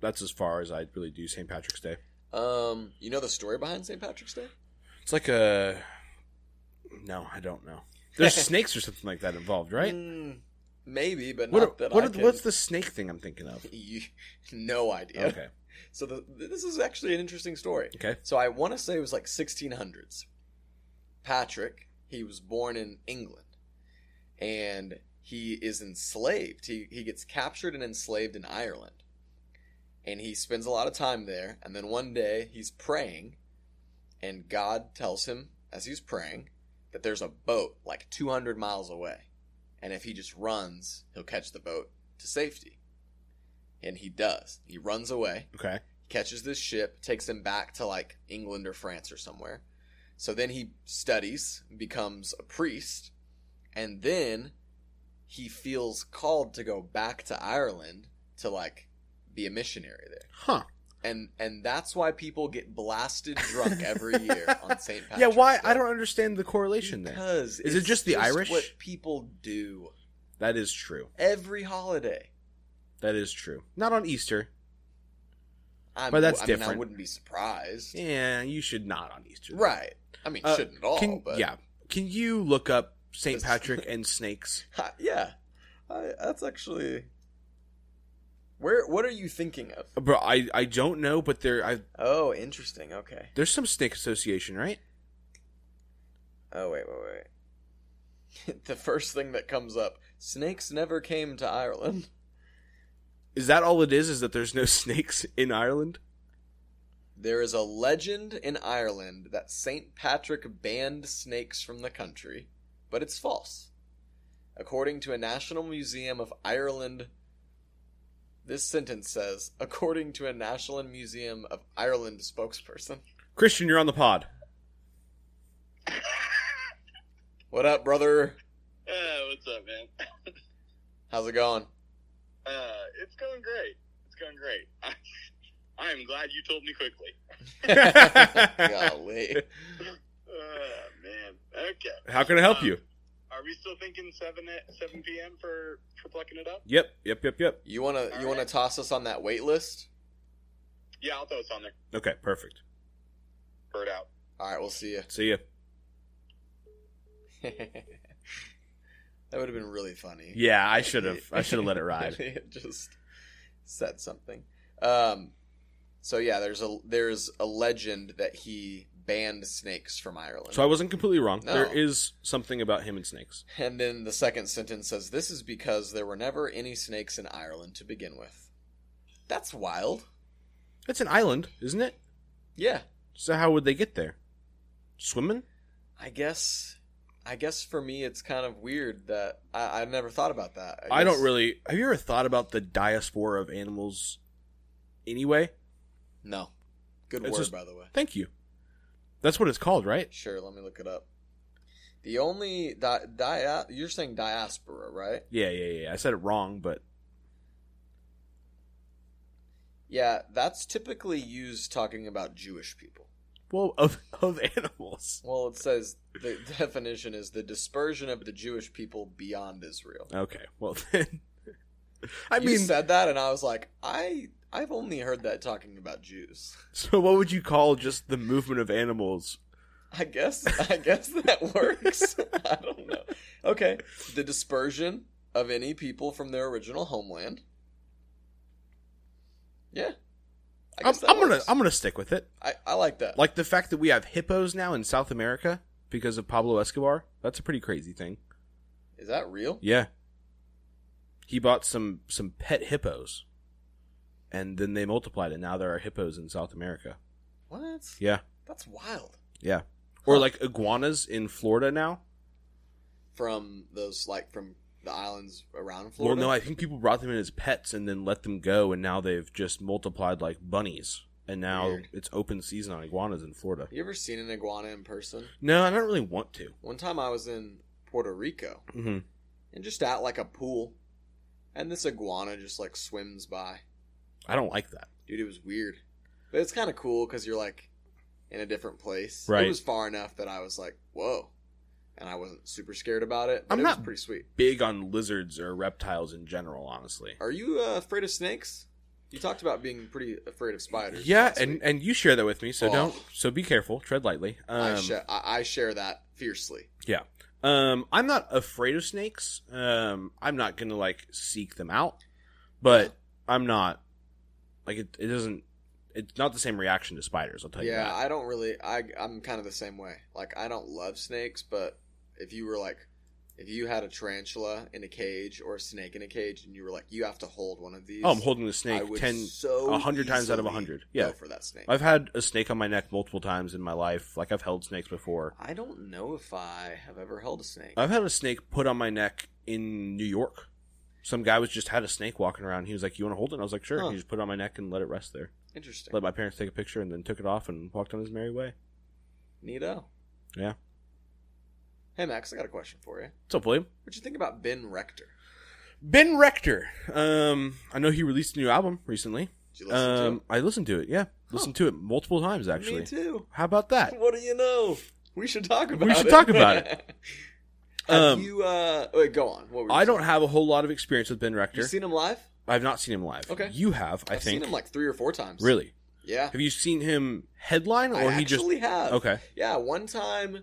that's as far as I really do St. Patrick's Day.
Um, you know the story behind St. Patrick's Day?
It's like a. No, I don't know. There's snakes or something like that involved, right?
Mm, maybe, but
What,
not
are-
that
what
I
are-
can.
what's the snake thing I'm thinking of?
You, no idea.
Okay.
So the, this is actually an interesting story.
Okay.
So I want to say it was like 1600s. Patrick, he was born in England, and he is enslaved. He he gets captured and enslaved in Ireland, and he spends a lot of time there. And then one day he's praying, and God tells him as he's praying that there's a boat like 200 miles away, and if he just runs, he'll catch the boat to safety. And he does. He runs away
Okay.
catches this ship, takes him back to like England or France or somewhere. So then he studies, becomes a priest, and then he feels called to go back to Ireland to like be a missionary there.
Huh.
And and that's why people get blasted drunk every year on St. Patrick's.
yeah, why?
Day.
I don't understand the correlation there.
because
Is it
it's
just the Irish?
What people do
That is true.
every holiday.
That is true. Not on Easter.
I'm,
But that's
I Mean, I
different.
wouldn't be surprised.
Yeah, you should not on Easter.
Right. I mean,
Uh,
shouldn't at all.
Can,
but
Yeah. Can you look up St.
Just-
Patrick and snakes?
Ha, yeah, I, that's actually. Where? What are you thinking of?
Bro, I, I don't know, but there I,
Oh, interesting. Okay.
there's some snake association, right?
Oh wait, wait, wait. the first thing that comes up: snakes never came to Ireland.
Is that all it is? Is that there's no snakes in Ireland?
There is a legend in Ireland that St. Patrick banned snakes from the country, but it's false. According to a National Museum of Ireland, this sentence says, according to a National Museum of Ireland spokesperson.
Christian, you're on the pod.
What up, brother?
Uh, what's up, man?
How's it going?
Uh, it's going great. It's going great. I, I am glad you told me quickly.
Oh Golly.
Uh, man. Okay.
How can I help
Um,
you?
Are we still thinking seven at seven p.m. for for plucking it up?
Yep, yep, yep, yep.
You wanna you wanna
Alright.
toss us on that wait list?
Yeah, I'll throw us on there.
Okay, perfect.
Bird out.
All right, we'll see you.
See ya.
that would have been really funny.
Yeah, I should have. I should have let it ride.
it just said something. Um, so yeah, there's a there's a legend that he banned snakes from Ireland.
So I wasn't completely wrong.
No.
There is something about him and snakes.
and then the second sentence says, "This is because there were never any snakes in Ireland to begin with." That's wild.
It's an island, isn't it?
Yeah,
So how would they get there? Swimming?
I guess. I guess for me, it's kind of weird that I, I never thought about that.
I don't
guess-
really. Have you ever thought about the diaspora of animals? Anyway,
No. Good
It's
word,
just-
by the way.
thank you. That's what it's called, right?
Sure, let me look it up. The only di- dia- you're saying diaspora, right?
Yeah, yeah, yeah. I said it wrong, but
Yeah, that's typically used talking about Jewish people.
Well, of of animals.
Well, it says the definition is the dispersion of the Jewish people beyond Israel.
Okay. Well then, I
you
mean,
said that, and I was like, I I've only heard that talking about Jews.
so what would you call just the movement of animals?
I guess I guess that works. I don't know. Okay, the dispersion of any people from their original homeland. Yeah, I
I'm,
guess that
I'm gonna
works.
I'm gonna stick with it.
I, I like that.
Like the fact that we have hippos now in South America because of Pablo Escobar. That's a pretty crazy thing.
Is that real?
Yeah. He bought some some pet hippos, and then they multiplied, and now there are hippos in South America.
What?
Yeah,
That's wild.
yeah. Or
Huh.
like iguanas in Florida now.
From those like from the islands around Florida.
Well, no, I think people brought them in as pets and then let them go, and now they've just multiplied like bunnies, and now
Weird.
it's open season on iguanas in Florida.
You ever seen an iguana in person?
No, I don't really want to.
One time I was in Puerto Rico
Mm-hmm.
and just at like a pool, and this iguana just like swims by.
I don't like that.
dude it was weird but it's kind of cool because you're like in a different place
Right.
it was far enough that i was like whoa and i wasn't super scared about it but
I'm
it
not-
was pretty sweet
Big on lizards or reptiles in general, honestly.
are you uh, afraid of snakes you talked about being pretty afraid of spiders
Yeah,
last
and
week.
and you share that with me, so
Oh.
don't. So be careful, tread lightly. Um,
I, sha- I-, I share that fiercely
Um, I'm not afraid of snakes. Um, I'm not gonna like seek them out, but I'm not like it. It doesn't. It's not the same reaction to spiders. I'll tell Oh, you
yeah
that.
i don't really I, i'm kind of the same way like i don't love snakes but if you were like if you had a tarantula in a cage or a snake in a cage and you were like you have to hold one of these
oh, I'm holding a snake
I would
ten,
so
a hundred times out of a
easily
hundred.
go
Yeah,
for that snake
I've had a snake on my neck multiple times in my life. Like I've held snakes before.
I don't know if I have ever held a snake.
I've had a snake put on my neck in New York. Some guy was just had a snake walking around. He was like, "You want to hold it?" And I was like, "Sure."
Huh.
He just put it on my neck and let it rest there.
Interesting.
Let my parents take a picture and then took it off and walked on his merry way.
Neato.
Yeah.
Hey Max, I got a question for you.
What's up, William?
What'd you think about Ben Rector?
Ben Rector. Um, I know he released a new album recently.
Did you listen
Um, I listened to it. Yeah,
Huh.
listened to it multiple times
to him?
actually.
Me too.
How about that?
What do you know? We should talk about it.
should talk about
it. have
Um,
you uh wait, go on. What were you
I don't
saying?
have a whole lot of experience with Ben Rector.
you seen him live?
I've not seen him live.
Okay.
you have. I
I've
think.
seen him like three or four times.
really?
Yeah.
Have you seen him headline or
I
he just?
actually have.
Okay.
Yeah, one time.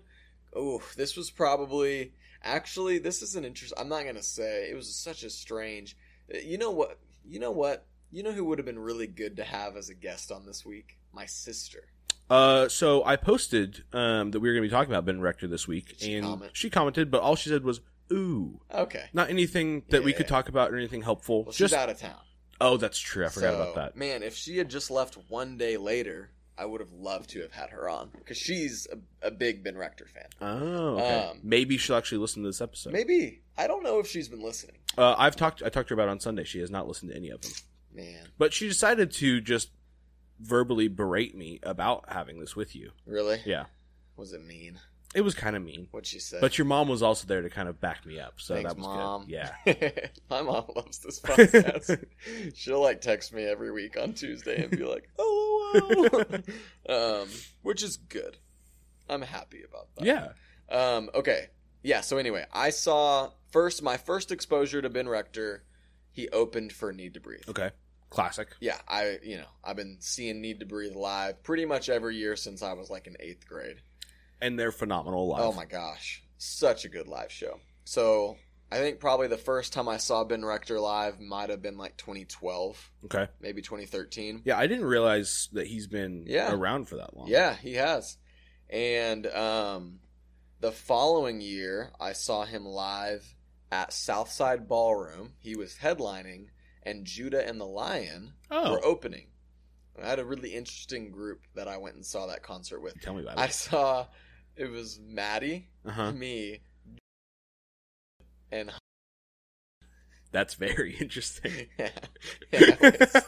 Oh, this was probably actually this is an interest. I'm not gonna say it was such a strange. uh, You know what? You know what? You know who would have been really good to have as a guest on this week? My sister.
Uh, so I posted um that we were going to be talking about Ben Rector this week,
She
and
comment.
she commented, but all she said was "ooh,"
Okay.
not anything that we
Yeah.
could talk about or anything helpful.
Well, she's
just
out of town.
oh, that's true. I forgot
So,
about that.
Man, if she had just left one day later, I would have loved to have had her on because she's a, a big Ben Rector fan.
Oh, okay.
Um,
maybe she'll actually listen to this episode.
Maybe I don't know if she's been listening.
Uh, I've talked. I talked to her about it on Sunday. She has not listened to any of them,
Man,
but she decided to just verbally berate me about having this with you.
really?
Yeah,
Was it mean?
it was kind of mean.
What she said?
But your mom was also there to kind of back me up, so
Thanks,
that was
Mom.
good. Yeah,
My mom loves this podcast. She'll like text me every week on Tuesday and be like, "Oh, um, which is good. I'm happy about that.
yeah.
Um, okay. Yeah. So anyway, I saw first my first exposure to Ben Rector. He opened for Need to Breathe.
Okay, classic.
Yeah, I you know I've been seeing Need to Breathe live pretty much every year since I was like in eighth grade.
And they're phenomenal live.
Oh my gosh, such a good live show. So I think probably the first time I saw Ben Rector live might have been like 2012,
Okay.
maybe 2013.
Yeah, I didn't realize that he's been
Yeah.
around for that long.
Yeah, he has. And um, the following year, I saw him live at Southside Ballroom. He was headlining, and Judah and the Lion were
Oh,
opening. And I had a really interesting group that I went and saw that concert with.
tell me about
I
it.
saw it was Maddie,
Uh huh.
me, and
That's very interesting.
yeah, it was-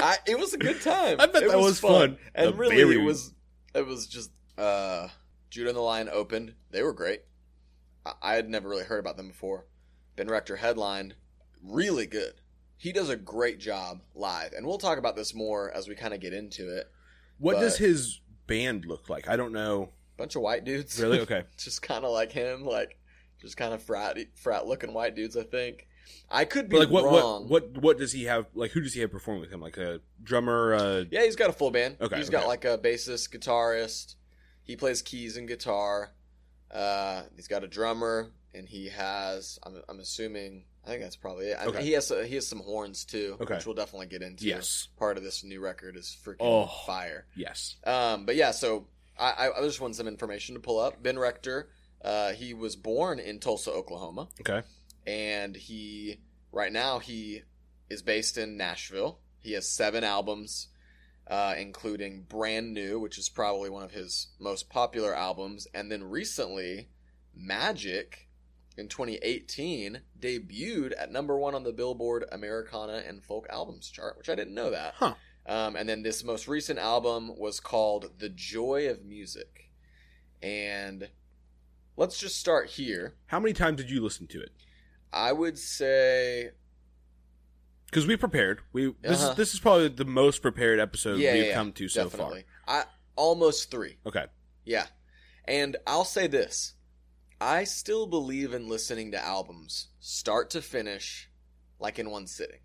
I, it was a good time.
I bet
It
that was fun.
And
The
really,
very-
it was it was just uh, Judah and the Lion opened. They were great. I, I had never really heard about them before. Ben Rector headlined, really good. He does a great job live, and we'll talk about this more as we kind of get into it.
What
But-
does his band look like? I don't know.
Bunch of white dudes.
Really? Okay.
just kind of like him, like just kind of frat frat looking white dudes. I think I could be
But like what
wrong.
what what what does he have? Like who does he have performing with him? Like a drummer? Uh,
Yeah, he's got a full band.
Okay,
Okay, he's got
okay.
like a bassist, guitarist. He plays keys and guitar. Uh, he's got a drummer, and he has. I'm, I'm assuming. I think that's probably it. I
Okay.
he has. he has some horns too,
Okay.
which we'll definitely get into.
yes.
Part of this new record is freaking
Oh.
fire.
Yes.
Um, but yeah, so I, I, I just want some information to pull up. Ben Rector, uh, he was born in Tulsa, Oklahoma.
Okay.
And he, right now, he is based in Nashville. He has seven albums, uh, including Brand New, which is probably one of his most popular albums. And then recently, Magic in 2018 debuted at number one on the Billboard Americana and Folk Albums chart, which I didn't know that.
Huh.
Um, and then this most recent album was called The Joy of Music. And let's just start here.
How many times did you listen to it?
I would say,
Because we prepared. We this
Uh-huh.
is this is probably the most prepared episode
Yeah,
we've
yeah,
come to so
definitely. I almost three.
far. Okay.
Yeah. And I'll say this. I still believe in listening to albums start to finish like in one sitting.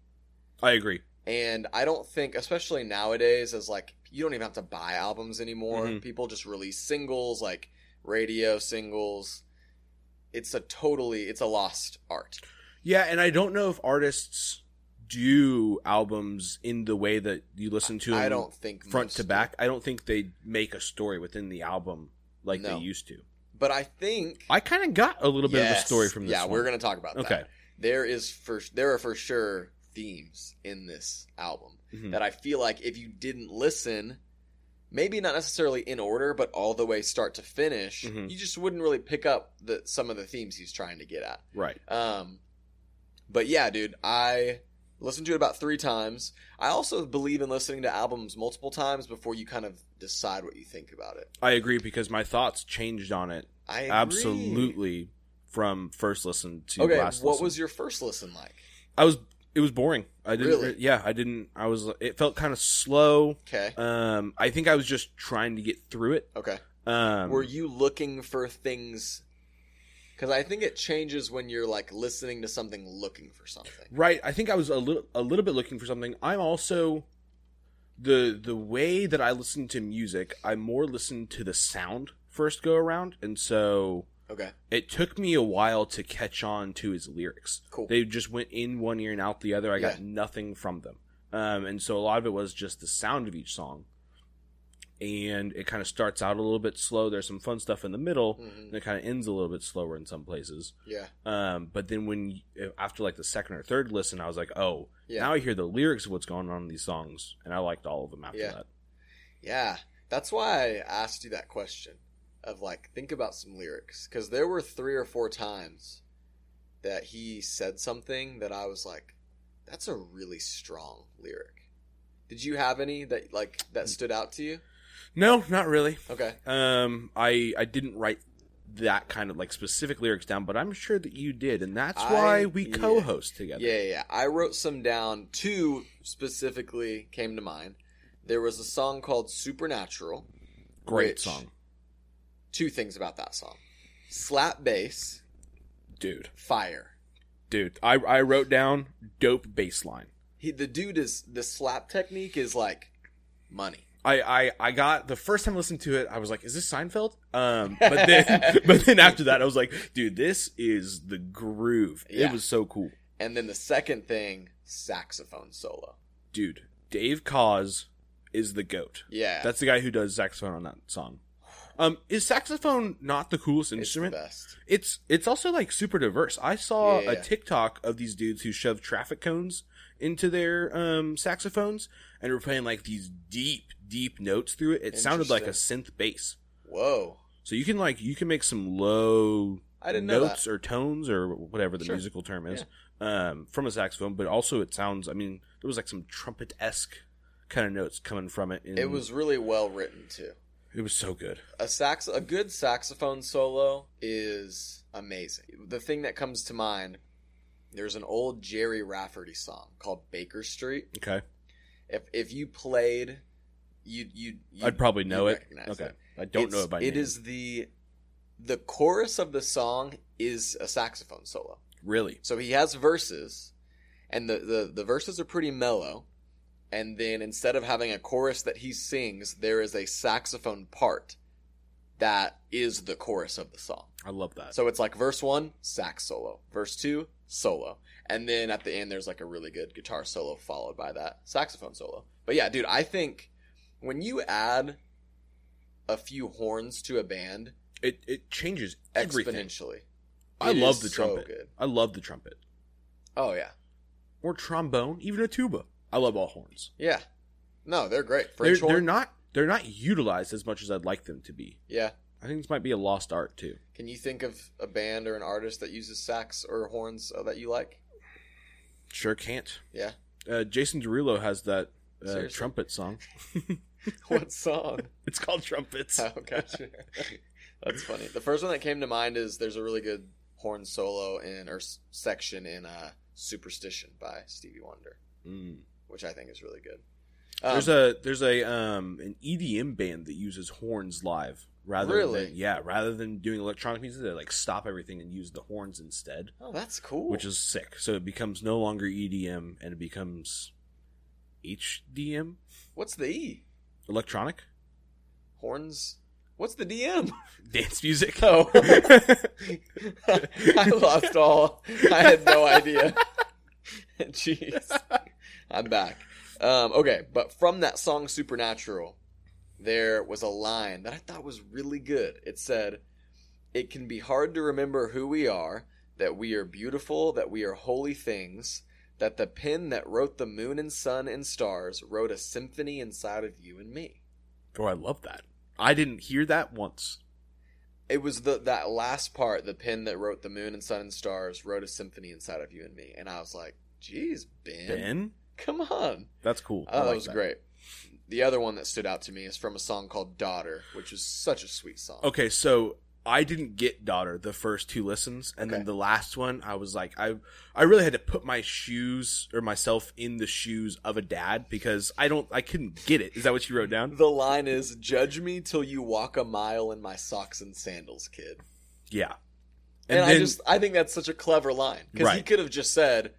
I agree.
And I don't think, especially nowadays, as like you don't even have to buy albums anymore.
Mhm.
People just release singles, like radio singles. It's a totally, it's a lost art.
Yeah, and I don't know if artists do albums in the way that you listen to them
I don't think
front
most-
to back. I don't think they make a story within the album like
No.
they used to.
but I think
I kind of got a little bit of a
Yes.
story from this.
Yeah, we're
one.
gonna talk about that.
Okay.
There is for there are for sure themes in this album
Mhm.
that I feel like if you didn't listen, maybe not necessarily in order, but all the way start to finish,
Mhm.
you just wouldn't really pick up the some of the themes he's trying to get at.
Right.
Um, but yeah, dude, I listened to it about three times. I also believe in listening to albums multiple times before you kind of decide what you think about it.
I agree because my thoughts changed on it
I agree.
absolutely from first listen to
Okay,
last
what
listen.
was your first listen like?
I was it was boring. I didn't
Really?
yeah, I didn't I was it felt kind of slow.
Okay,
Um I think I was just trying to get through it.
okay.
Um
Were you looking for things? Because I think it changes when you're like listening to something, looking for something.
Right. I think I was a little a little bit looking for something. I'm also the the way that I listen to music, I more listen to the sound first go around, and so
Okay,
it took me a while to catch on to his lyrics.
cool.
They just went in one ear and out the other. I got
Yeah.
nothing from them. Um, and so a lot of it was just the sound of each song. And it kind of starts out a little bit slow. There's some fun stuff in the middle,
Mhm.
and it kind of ends a little bit slower in some places.
Yeah,
Um, but then when after like the second or third listen, I was like, oh,
yeah.
now I hear the lyrics of what's going on in these songs, and I liked all of them after
Yeah.
that.
Yeah, that's why I asked you that question of like think about some lyrics because there were three or four times that he said something that I was like, "That's a really strong lyric." Did you have any that like
Mm.
that stood out to you?
No, not really.
Okay,
Um, I I didn't write that kind of like specific lyrics down, but I'm sure that you did, and that's
I-
why we
yeah.
co-host
yeah,
together.
yeah, yeah. I wrote some down. Two specifically came to mind. There was a song called "Supernatural."
Great
Which-
song,
Two things about that song: slap bass,
dude,
fire.
dude. I I wrote down dope bass line.
he the dude is the slap technique is like money.
I, I, I got the first time I listened to it, I was like, is this Seinfeld? Um, but then, but then after that, I was like, dude, this is the groove. It
Yeah.
was so cool.
And then the second thing, saxophone solo.
Dude, Dave Cause is the goat.
Yeah,
That's the guy who does saxophone on that song. Um, is saxophone not the coolest
it's
instrument?
the best.
It's it's also like super diverse. I saw
Yeah, yeah.
a TikTok of these dudes who shove traffic cones into their um, saxophones and were playing like these deep, deep notes through it. It sounded like a synth bass.
Whoa,
So you can like you can make some low
I didn't know
notes or tones or whatever the
Sure.
musical term is um, from a saxophone, but also it sounds. I mean, there was like some trumpet esque kind of notes coming from it. And
that. It was really well written too.
it was so good.
A sax, a good saxophone solo is amazing. The thing that comes to mind, there's an old Jerry Rafferty song called Baker Street.
Okay,
If if you played you you, you
I'd probably know
you
it.
recognize
Okay, I don't know
It's-
it by
It
name.
is the the chorus of the song is a saxophone solo.
really
So he has verses, and the, the, the verses are pretty mellow. And then instead of having a chorus that he sings, there is a saxophone part that is the chorus of the song.
I love that.
So it's like verse one, sax solo. Verse two, solo. And then at the end, there's like a really good guitar solo followed by that saxophone solo. But yeah, dude, I think when you add a few horns to a band,
it it changes everything.
exponentially.
I
it
love
is
the
so
trumpet.
good.
I love the trumpet
Oh, yeah.
or trombone, even a tuba. I love all horns.
Yeah. No, they're great.
They're,
French
they're
horn.
not they're not utilized as much as I'd like them to be.
Yeah.
I think this might be a lost art too.
Can you think of a band or an artist that uses sax or horns uh, that you like?
Sure can't.
Yeah.
Uh, Jason Derulo has that uh,
Seriously?
trumpet song.
What song?
It's called Trumpets.
oh, gotcha. That's funny. The first one that came to mind is there's a really good horn solo in or s- section in uh, "Superstition" by Stevie Wonder,
Mm.
which I think is really good.
there's
Um,
a there's a um an EDM band that uses horns live rather
Really?
than yeah rather than doing electronic music they like stop everything and use the horns instead,
oh, that's cool.
which is sick. So it becomes no longer EDM and it becomes HDM
what's the E?
electronic
Horns. What's the DM?
dance music.
Oh, I lost all. I had no idea. Jeez, I'm back. Um, okay, but from that song "Supernatural," there was a line that I thought was really good. It said, "It can be hard to remember who we are, that we are beautiful, that we are holy things." That the pen that wrote the moon and sun and stars wrote a symphony inside of you and me.
Oh, I love that. I didn't hear that once.
It was the that last part, the pen that wrote the moon and sun and stars wrote a symphony inside of you and me, and I was like, "Jeez, ben,
Ben,
come on!"
that's cool. I
Oh, that
like
was great. The other one that stood out to me is from a song called "Daughter," which is such a sweet song.
Okay, so I didn't get daughter the first two listens, and
Okay.
then the last one, I was like, I I really had to put my shoes or myself in the shoes of a dad because I don't, I couldn't get it. Is that what you wrote down?
The line is, "Judge me till you walk a mile in my socks and sandals, kid."
Yeah,
And,
and,
I
then
just I think that's such a clever line because he
Right.
could have just said,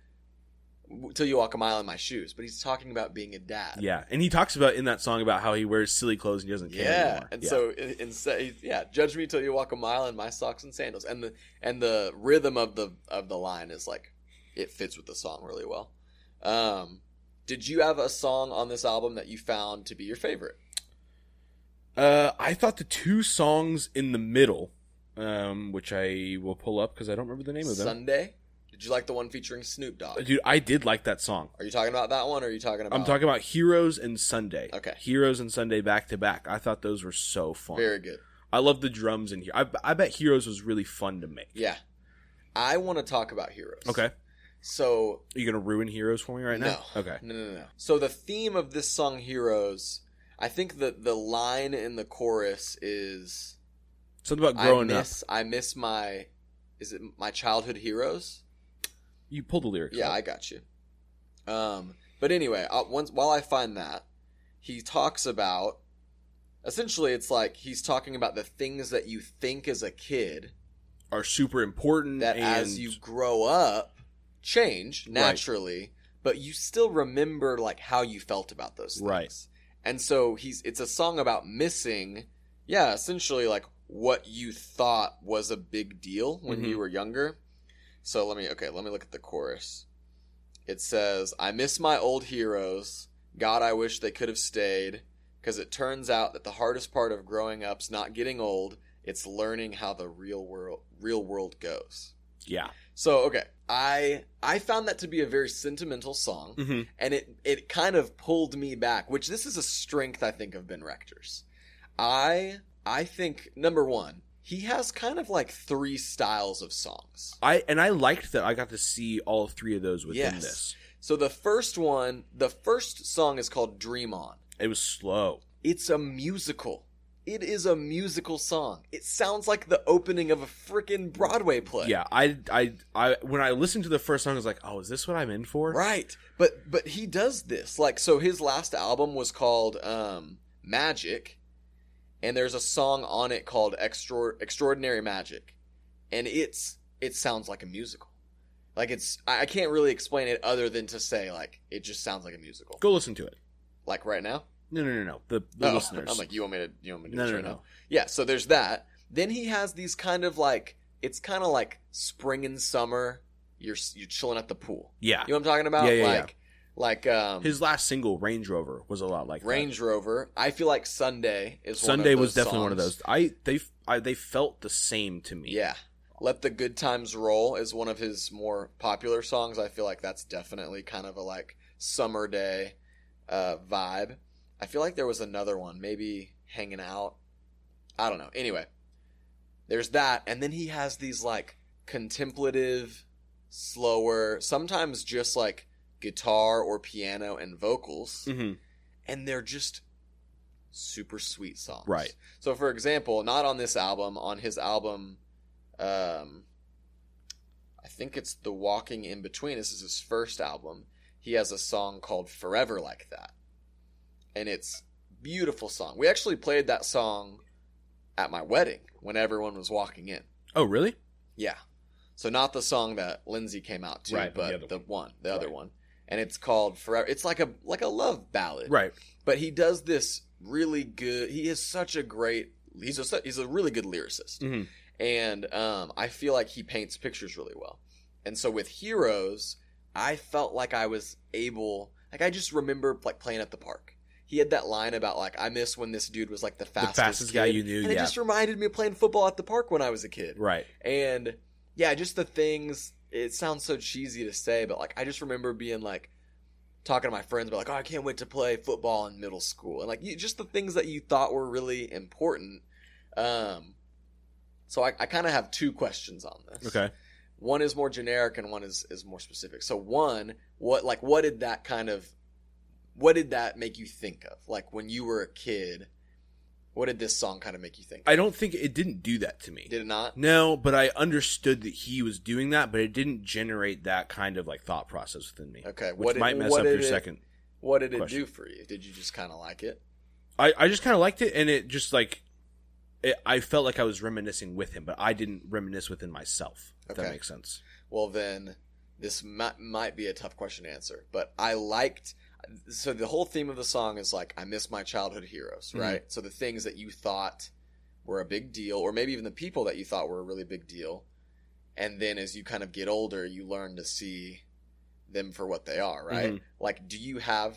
"W- "Till you walk a mile in my shoes," but he's talking about being a dad.
yeah, and he talks about in that song about how he wears silly clothes and he doesn't care
yeah
anymore.
and
yeah.
so in- instead he's- yeah judge me till you walk a mile in my socks and sandals and the and the rhythm of the of the line is like it fits with the song really well um did you have a song on this album that you found to be your favorite
Uh, I thought the two songs in the middle, um, which I will pull up because I don't remember the name of them.
sunday did you like the one featuring snoop dogg
Dude, I did like that song.
are you talking about that one or are you talking about
I'm talking about Heroes and Sunday.
Okay.
Heroes and Sunday back to back. I thought those were so fun.
very good
I love the drums in here. I, I bet Heroes was really fun to make.
yeah i want to talk about heroes
Okay.
so
Are you going to ruin Heroes for me right now?
No.
Okay.
No, no, no. So the theme of this song, Heroes, I think that the line in the chorus is
Something about growing
I
up.
miss, I miss my, is it my childhood heroes?
You pulled the lyrics.
Yeah,
up.
I got you. Um, but anyway, I, once while I find that, he talks about essentially it's like he's talking about the things that you think as a kid
are super important.
that
and
as you grow up change naturally but you still remember like how you felt about those things
Right.
and so he's it's a song about missing yeah essentially like what you thought was a big deal when you
Mhm.
were younger so let me okay let me look at the chorus it says i miss my old heroes god i wish they could have stayed because it turns out that the hardest part of growing up's not getting old it's learning how the real world real world goes
Yeah.
so okay i i found that to be a very sentimental song
hmm
and it it kind of pulled me back which this is a strength i think of ben rector's i i think number one he has kind of like three styles of songs
I and I liked that I got to see all three of those within
Yes.
this.
so the first one the first song is called dream on
It was slow.
It's a musical. It is a musical song. It sounds like the opening of a freaking Broadway play.
Yeah, I, I, I, when I listened to the first song, I was like, "Oh, is this what I'm in for?"
Right. But but he does this. Like so his last album was called um magic, and there's a song on it called Extra- "Extraordinary Magic," and it's it sounds like a musical. Like it's I I can't really explain it other than to say like it just sounds like a musical.
Go listen to it.
Like right now,
No, no, no, no. The, the
Oh,
listeners.
I'm like, you want me to? You want me to?
no,
do
no,
it right
no.
now? Yeah. So there's that. Then he has these kind of like it's kind of like spring and summer. You're you're chilling at the pool.
Yeah.
You know what I'm talking about?
Yeah, yeah, yeah.
like like um
His last single, Range Rover, was a lot like that.
Range Rover. I feel like Sunday is one of
Sunday was
those
definitely one of
songs.
those. I they I, they felt the same to me.
Yeah. Let the Good Times Roll is one of his more popular songs. I feel like that's definitely kind of a like summer day uh, vibe. I feel like there was another one, maybe Hanging Out. I don't know. Anyway, there's that. And then he has these like contemplative, slower, sometimes just like guitar or piano and vocals
hmm
and they're just super sweet songs.
Right.
So for example, not on this album, on his album um I think it's The Walking in Between. This is his first album. He has a song called Forever Like That. And it's beautiful song. We actually played that song at my wedding when everyone was walking in.
Oh, really?
Yeah. So not the song that Lindsay came out to,
Right, but the
but the,
other
one, the other
Right.
one. And it's called Forever. It's like a like a love ballad
Right.
but he does this really good he is such a great he's a su- he's a really good lyricist
Mhm.
and um, i feel like he paints pictures really well and so with heroes i felt like i was able like i just remember like playing at the park he had that line about like i miss when this dude was like the fastest,
the fastest guy
kid.
you knew.
and it
Yeah.
just reminded me of playing football at the park when i was a kid
Right.
and yeah, just the things. It sounds so cheesy to say, but like I just remember being like talking to my friends about like, oh, I can't wait to play football in middle school, and like you, just the things that you thought were really important. Um, so I, I kind of have two questions on this.
Okay.
One is more generic, and one is is more specific. So one, what like what did that kind of what did that make you think of? Like when you were a kid, what did this song kind of make you think?
I don't think it didn't do that to me.
of? Did it not?
No, but I understood that he was doing that, but it didn't generate that kind of like thought process within me,
Okay,
which
what did-
might mess
what
up
did
your
it-
second.
What did it
question.
do for you? Did you just kind of like it?
I I just kind of liked it, and it just like it, I felt like I was reminiscing with him, but I didn't reminisce within myself. If that
Okay.
makes sense.
Well, then this might, might be a tough question to answer, but I liked. So the whole theme of the song is like I miss my childhood heroes,
Mhm.
right? So the things that you thought were a big deal, or maybe even the people that you thought were a really big deal, and then as you kind of get older, you learn to see them for what they are, right?
Mhm.
Like, do you have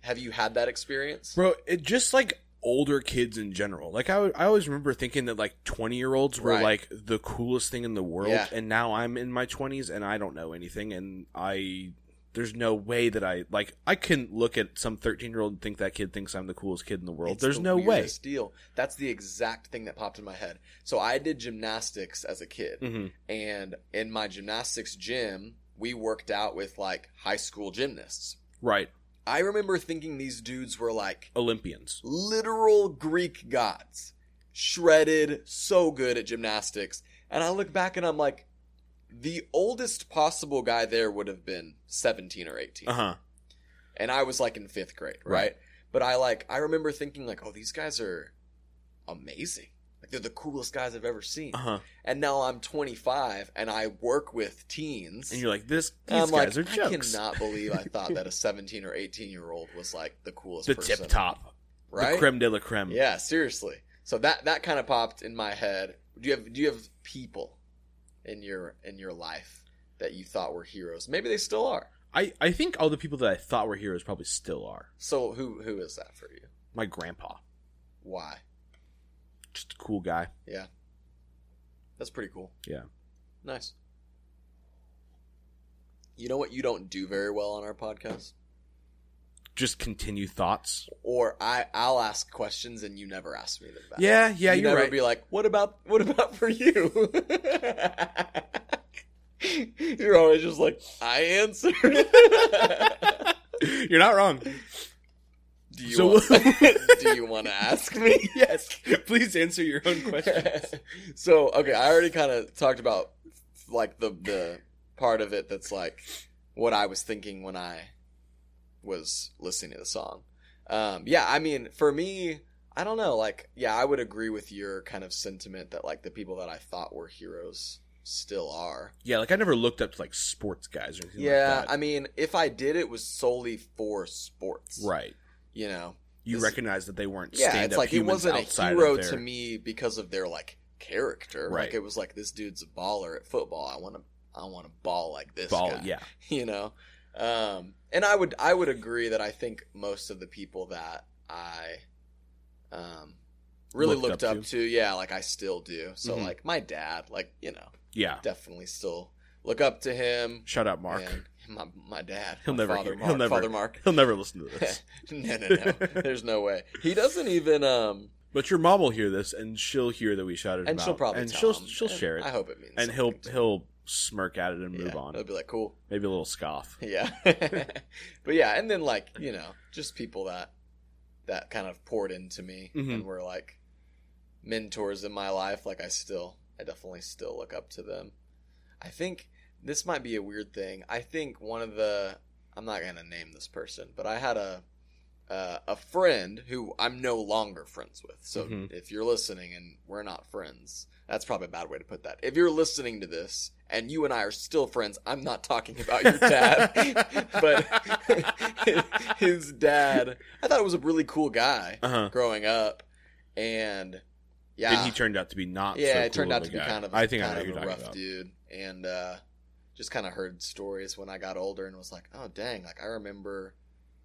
have you had that experience?
bro it just like older kids in general like i, I always remember thinking that like 20 year olds were
Right.
like the coolest thing in the world
Yeah.
and now i'm in my 20s and i don't know anything and i there's no way that i like i can look at some 13 year old and think that kid thinks i'm the coolest kid in the world
It's
there's
the
no way
weirdest Deal. That's the exact thing that popped in my head. So I did gymnastics as a kid,
Mhm.
and in my gymnastics gym, we worked out with like high school gymnasts.
right
I remember thinking these dudes were like
olympians
literal Greek gods, shredded, so good at gymnastics. And I look back and I'm like, the oldest possible guy there would have been 17 or 18
uh-huh
and I was like in fifth grade, right?
Right.
But I like I remember thinking like, oh, these guys are amazing. Like they're the coolest guys I've ever seen.
uh-huh
And now I'm 25 and I work with teens.
and you're like this
And
these
I'm
guys
like,
are jokes
I cannot believe I thought that a 17 or 18 year old was like the coolest
the
person.
tip top the
right?
creme de la creme
yeah, seriously. So that that kind of popped in my head. Do you have do you have people in your in your life that you thought were heroes? Maybe they still are.
i i think all the people that i thought were heroes probably still are
So who who is that for you?
my grandpa
Why?
just a cool guy
That's pretty cool.
Yeah.
Nice. You know what you don't do very well on our podcast?
just continue thoughts.
Or I I'll ask questions and you never ask me them back.
Yeah, yeah,
you
you're
never
right.
be like, "What about what about for you?" You're always just like, "I answered."
you're not wrong.
do you
So-
want, do you want to ask me?
Yes, please answer your own questions.
so okay, I already kind of talked about like the the part of it that's like what I was thinking when I was listening to the song. Um, yeah, I mean, for me, I don't know. Like, yeah, I would agree with your kind of sentiment that like the people that I thought were heroes still are.
Yeah, like I never looked up to like sports guys or anything
yeah,
like that.
I mean, if I did, it was solely for sports.
right.
You know.
You
This-
recognize that they weren't
Yeah,
stand
it's
up
like he
humans
wasn't a
outside
hero
of their,
to me because of their like character.
Right.
Like it was like this dude's a baller at football. I want to. I want to ball like this.
Ball,
guy.
yeah.
you know um and i would i would agree that i think most of the people that i um really looked, up, to. yeah like i still do so
Mhm.
like my dad like you know
Yeah.
definitely still look up to him
Shut up, Mark.
and my, my dad
He'll
my
never
father
hear-
mark
he'll never-
father mark
He'll never listen to this.
no no no there's no way he doesn't even um
But your mom will hear this, and she'll hear that we shouted
and
about
she'll
it,
probably
and
tell
she'll
him,
she'll
and
share it,
i hope it means
and he'll
something to him.
he'll smirk at it and move
Yeah,
on.
he'll be like cool
Maybe a little scoff.
Yeah. but yeah, and then like, you know, just people that that kind of poured into me
Mhm.
and were like mentors in my life, like I still I definitely still look up to them. I think this might be a weird thing. I think one of the I'm not going to name this person, but I had a uh, a friend who I'm no longer friends with. So
Mhm.
if you're listening and we're not friends, that's probably a bad way to put that. If you're listening to this and you and I are still friends, I'm not talking about your dad, but his dad. I thought it was a really cool guy
Uh huh.
growing up, and yeah,
And he turned out to be not.
yeah,
so
it turned
cool
out
a
to be
guy.
kind of a,
I think I
kind
know
of
who
a
you're talking
rough
about.
dude, and uh, just kind of heard stories when I got older and was like, oh dang, like I remember,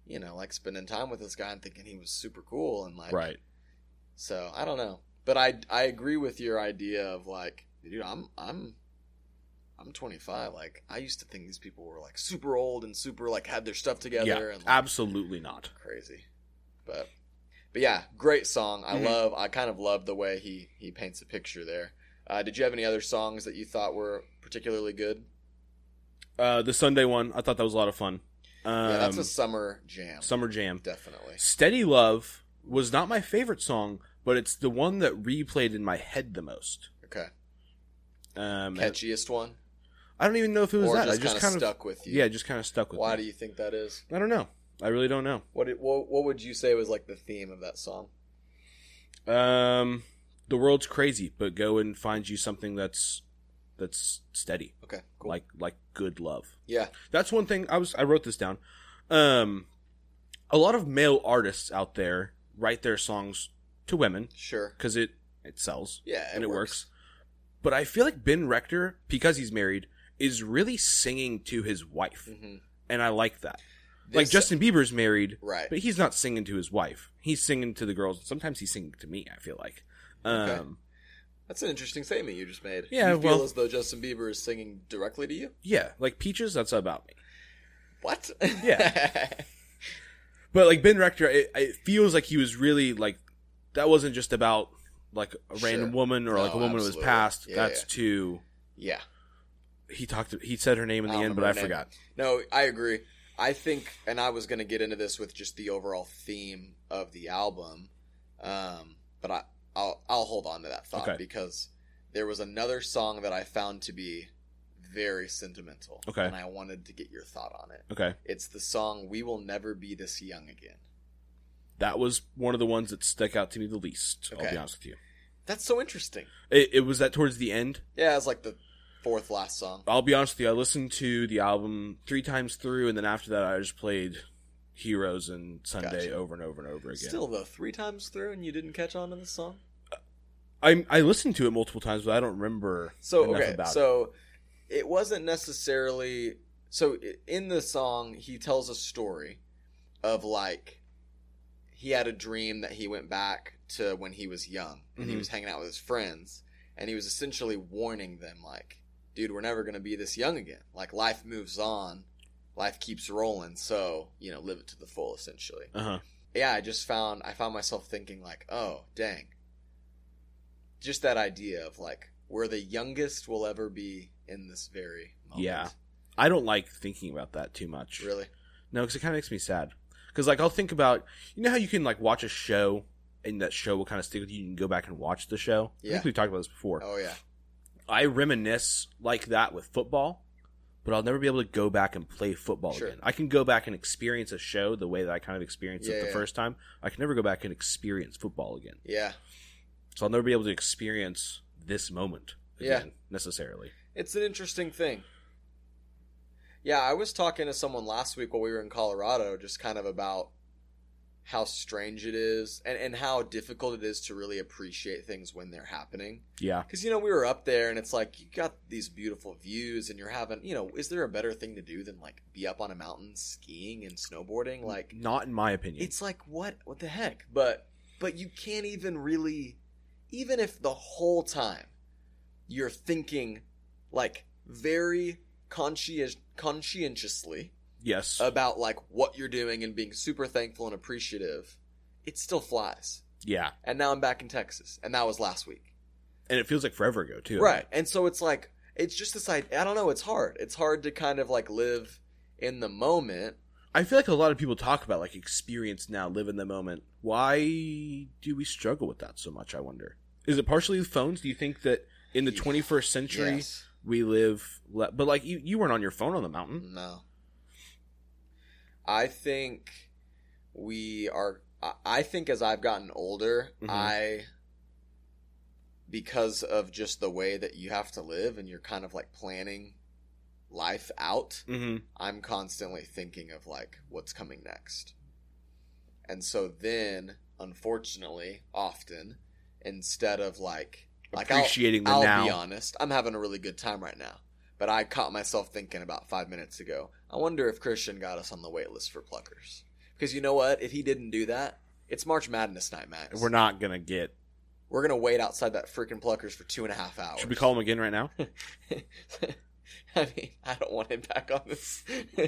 you know, like spending time with this guy and thinking he was super cool and like,
Right.
So I don't know, but I I agree with your idea of like, dude, I'm I'm. I'm 25. Like I used to think these people were like super old and super like had their stuff together.
Yeah.
and, like,
Absolutely not.
crazy. But but yeah, great song. I
Mhm.
love. I kind of love the way he he paints a picture there. Uh, did you have any other songs that you thought were particularly good?
Uh, the Sunday one, I thought that was a lot of fun. Um,
yeah, that's a summer jam.
summer jam.
definitely.
Steady Love was not my favorite song, but it's the one that replayed in my head the most.
Okay.
Um, and
Catchiest one,
I don't even know if it was
or
that.
just,
I
kind
just
of
kind of,
stuck with you.
yeah, it just kind of stuck with.
Why
me.
do you think that is?
I don't know. I really don't know.
What, it, what what would you say was like the theme of that song?
Um, the world's crazy, but go and find you something that's that's steady,
Okay, cool.
like like good love.
yeah,
That's one thing I was I wrote this down. Um, a lot of male artists out there write their songs to women
sure.
because it it sells
Yeah,
and it works. But I feel like Ben Rector, because he's married, is really singing to his wife,
hmm
and I like that. like Justin Bieber's married,
right?
but he's not singing to his wife. He's singing to the girls. Sometimes he's singing to me. I feel like. Um,
Okay. That's an interesting statement you just made.
Yeah,
you feel
well-
as though Justin Bieber is singing directly to you.
Yeah, like peaches. That's about me.
What?
Yeah. But like Ben Rector, it, it feels like he was really like that wasn't just about like a
Sure.
random woman or like a
No,
woman who was
absolutely.
past.
Yeah,
that's
yeah.
too.
yeah.
He talked. He said her name in
I
the
don't
end, but I
remember her
forgot.
No, I agree. I think, and I was going to get into this with just the overall theme of the album, um, but I, I'll I'll hold on to that thought
Okay.
because there was another song that I found to be very sentimental.
Okay.
and I wanted to get your thought on it.
Okay,
It's the song "We Will Never Be This Young Again."
that was one of the ones that stuck out to me the least. I'll
Okay.
be honest with you.
That's so interesting.
It, it was that towards the end.
Yeah, it's like the fourth last song.
I'll be honest with you. I listened to the album three times through, and then after that, I just played Heroes and Sunday
Gotcha.
over and over and over again.
Still though, three times through, and you didn't catch on to the song.
I I listened to it multiple times, but I don't remember
So
enough
okay,
about it.
so it. wasn't necessarily so i- in the song he tells a story of like he had a dream that he went back to when he was young and he
Mhm.
was hanging out with his friends and he was essentially warning them like dude we're never going to be this young again like life moves on life keeps rolling so you know live it to the full essentially
Uh huh.
yeah, I just found I found myself thinking like, oh, dang. Just that idea of like we're the youngest we'll ever be in this very moment.
Yeah. I don't like thinking about that too much.
Really?
No, because it kind of makes me sad. Because like I'll think about you know how you can like watch a show and that show will kind of stick with you. You can go back and watch the show. I
Oh, Yeah.
think we've talked about this before.
Oh yeah.
I reminisce like that with football, but I'll never be able to go back and play football
Sure.
again. I can go back and experience a show the way that I kind of experienced
Yeah,
it the
yeah.
first time. I can never go back and experience football again.
Yeah.
So I'll never be able to experience this moment
Yeah.
again necessarily.
It's an interesting thing. Yeah, I was talking to someone last week while we were in Colorado, just kind of about how strange it is and, and how difficult it is to really appreciate things when they're happening.
Yeah.
Because, you know, we were up there and it's like you got these beautiful views and you're having, you know, is there a better thing to do than like be up on a mountain skiing and snowboarding? Like,
not in my opinion.
it's like what what the heck but but you can't even really even if the whole time you're thinking like very conscientious conscientiously
yes.
about like what you're doing and being super thankful and appreciative it still flies
yeah.
and now i'm back in texas and that was last week
And it feels like forever ago too.
right and so it's like it's just this i, I don't know it's hard it's hard to kind of like live in the moment
I feel like a lot of people talk about like experience now, live in the moment. Why do we struggle with that so much? I wonder. Is it partially the phones? Do you think that in the
Yeah.
21st century
Yes.
we live, le- but like you, you weren't on your phone on the mountain?
No. I think we are. I- I think as I've gotten older,
Mhm.
I. Because of just the way that you have to live and you're kind of like planning life out,
Mm-hmm.
I'm constantly thinking of like what's coming next. And so then, unfortunately, often, instead of like. Like I'll,
Appreciating the
I'll
now.
be honest. I'm having a really good time right now. But I caught myself thinking about five minutes ago. I wonder if Christian got us on the wait list for Pluckers. Because you know what? If he didn't do that, it's March Madness night, Max.
We're not gonna get.
We're gonna wait outside that freaking Pluckers for two and a half hours.
Should we call him again right now?
I mean, I don't want him back on this.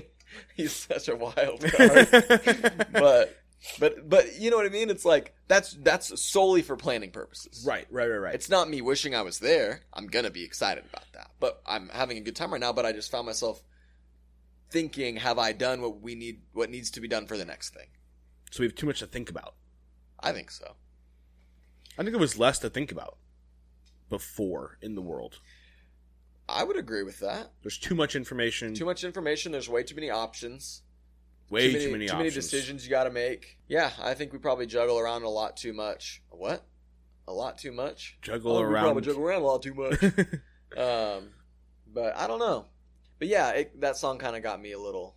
He's such a wild card. but, but, but you know what I mean? It's like that's that's solely for planning purposes,
right, right, right, right.
It's not me wishing I was there. I'm gonna be excited about that. But I'm having a good time right now, but I just found myself thinking, have I done what we need what needs to be done for the next thing?
so we have too much to think about.
I think so.
I think it was less to think about before in the world.
I would agree with that.
There's too much information.
Too much information, there's way too many options.
way
too many, too many
options.
decisions you gotta make. Yeah, I think we probably juggle around a lot too much. What? A lot too much?
Juggle
Oh, we
around.
probably juggle around a lot too much. Um, but I don't know. But yeah, it, that song kind of got me a little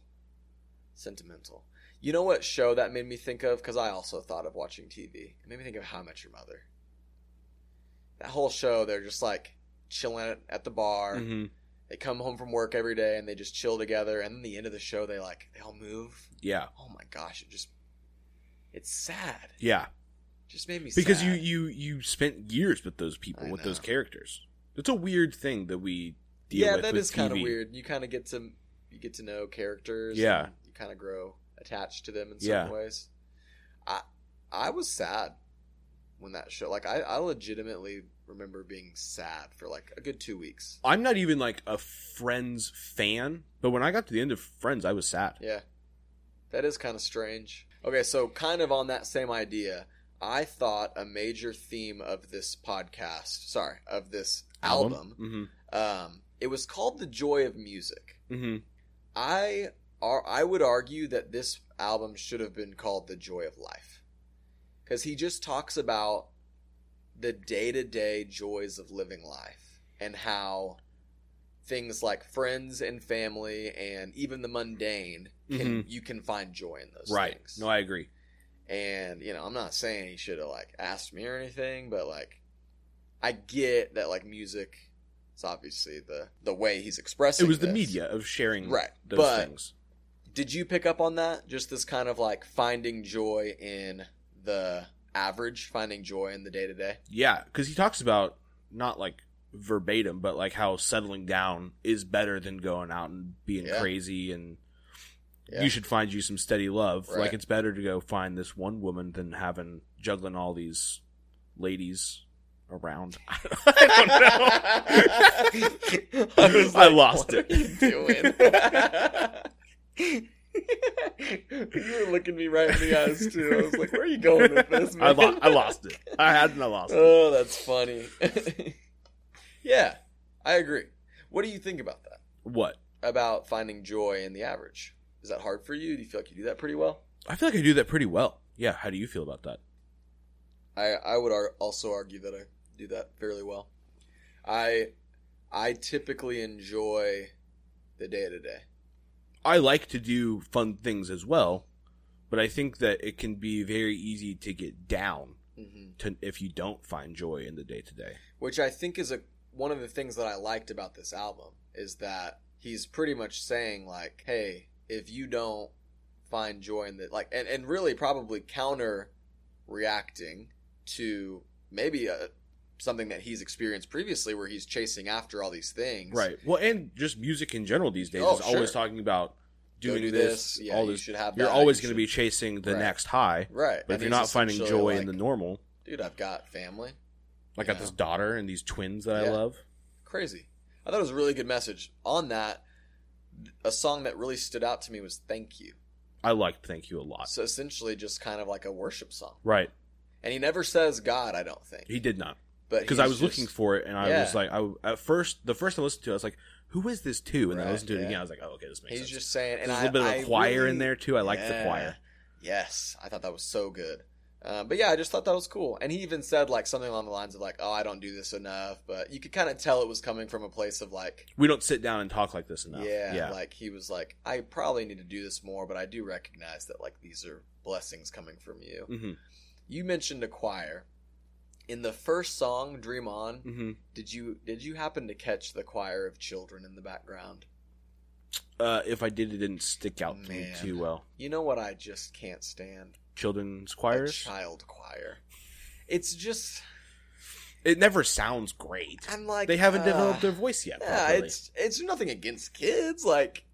sentimental. You know what show that made me think of? Because I also thought of watching TV. It made me think of How I Met Your Mother. That whole show, they're just like chilling at- at the bar.
Mhm.
They come home from work every day and they just chill together. And then the end of the show, they like they all move.
Yeah,
Oh my gosh, it just it's sad.
yeah.
It just made me
Because
sad.
you you you spent years with those people,
I
with those
know.
characters. It's a weird thing that we deal
yeah,
with.
that
with
is kind of
TV.
weird. You kind of get to you get to know characters.
Yeah.
and you kind of grow attached to them in some
Yeah.
ways. I I was sad when that show. Like I, I legitimately remember being sad for like a good two weeks.
I'm not even like a Friends fan, but when I got to the end of Friends, I was sad.
Yeah, that is kind of strange. Okay, so kind of on that same idea, I thought a major theme of this podcast, sorry, of this album,
Mm-hmm.
um, it was called "The Joy of Music."
hmm hmm
I are I would argue that this album should have been called "The Joy of Life," because he just talks about the day to day joys of living life and how things like friends and family and even the mundane can you can find joy in those
Mm-hmm. Right.
things.
No, I agree.
and you know, I'm not saying he should have like asked me or anything, but like I get that like music is obviously the the way he's expressing
It was the
this.
media of sharing
Right,
those
but-
things.
Did you pick up on that? Just this kind of like finding joy in the average, finding joy in the day to day.
Yeah, because he talks about not like verbatim, but like how settling down is better than going out and being
Yeah.
crazy and
Yeah.
you should find you some steady love.
Right.
Like it's better to go find this one woman than having juggling all these ladies around. I don't know.
I, was
I
like,
lost
what
it.
Are you doing? you were looking me right in the eyes too. I was like, "Where are you going with this?" Man?
I, lo- I lost it. I had and I lost it.
Oh, that's funny. yeah, I agree. What do you think about that?
What?
about finding joy in the average? Is that hard for you? Do you feel like you do that pretty well?
I feel like I do that pretty well. Yeah. How do you feel about that?
I I would ar- also argue that I do that fairly well. I I typically enjoy the day to day.
I like to do fun things as well, but I think that it can be very easy to get down to, if you don't find joy in the day to day.
which I think is a one of the things that I liked about this album is that he's pretty much saying like, hey, if you don't find joy in the like, and and really probably counter reacting to maybe a something that he's experienced previously where he's chasing after all these things
Right. Well, and just music in general these days
Oh,
is always
sure.
talking about
Go
doing
do
this,
yeah,
all
you
this.
should have
You're
that,
always
you
going to
should-
be chasing the
Right.
next high.
right
But
And
if
he's
you're not finding
essentially
joy
like,
in the normal,
dude i've got family
I got
Yeah.
this daughter and these twins that I
Yeah.
love.
crazy i thought it was a really good message on that a song that really stood out to me was thank you
I liked Thank You a lot.
so essentially just kind of like a worship song
Right.
and he never says God. I don't think,
He did not.
but
Because
he's
I was
just-
looking for it and I
Yeah.
was like, I, at first, the first time I listened to it, I was like, who is this to? And then I
Right,
listened to it
yeah.
again. I was like, oh, okay, this makes
He's
sense.
just saying, and
There's a
I-
little bit of
I
a choir
really-
in there too. I liked the
Yeah.
choir.
Yes, I thought that was so good. Uh, but yeah, I just thought that was cool. And he even said like something along the lines of like, "Oh, I don't do this enough," but you could kind of tell it was coming from a place of like,
We don't sit down and talk like this enough.
yeah,
Yeah.
like he was like, "I probably need to do this more," but I do recognize that like these are blessings coming from you.
hmm
You mentioned a choir in the first song, "Dream On."
hmm
Did you did you happen to catch the choir of children in the background?
Uh, if I did, it didn't stick out to me
Man.
too well.
You know what I just can't stand?
Children's
a
choirs.
child choir. It's just
It never sounds great.
I'm like
They haven't
uh,
developed their voice yet.
Yeah,
properly.
it's it's nothing against kids. Like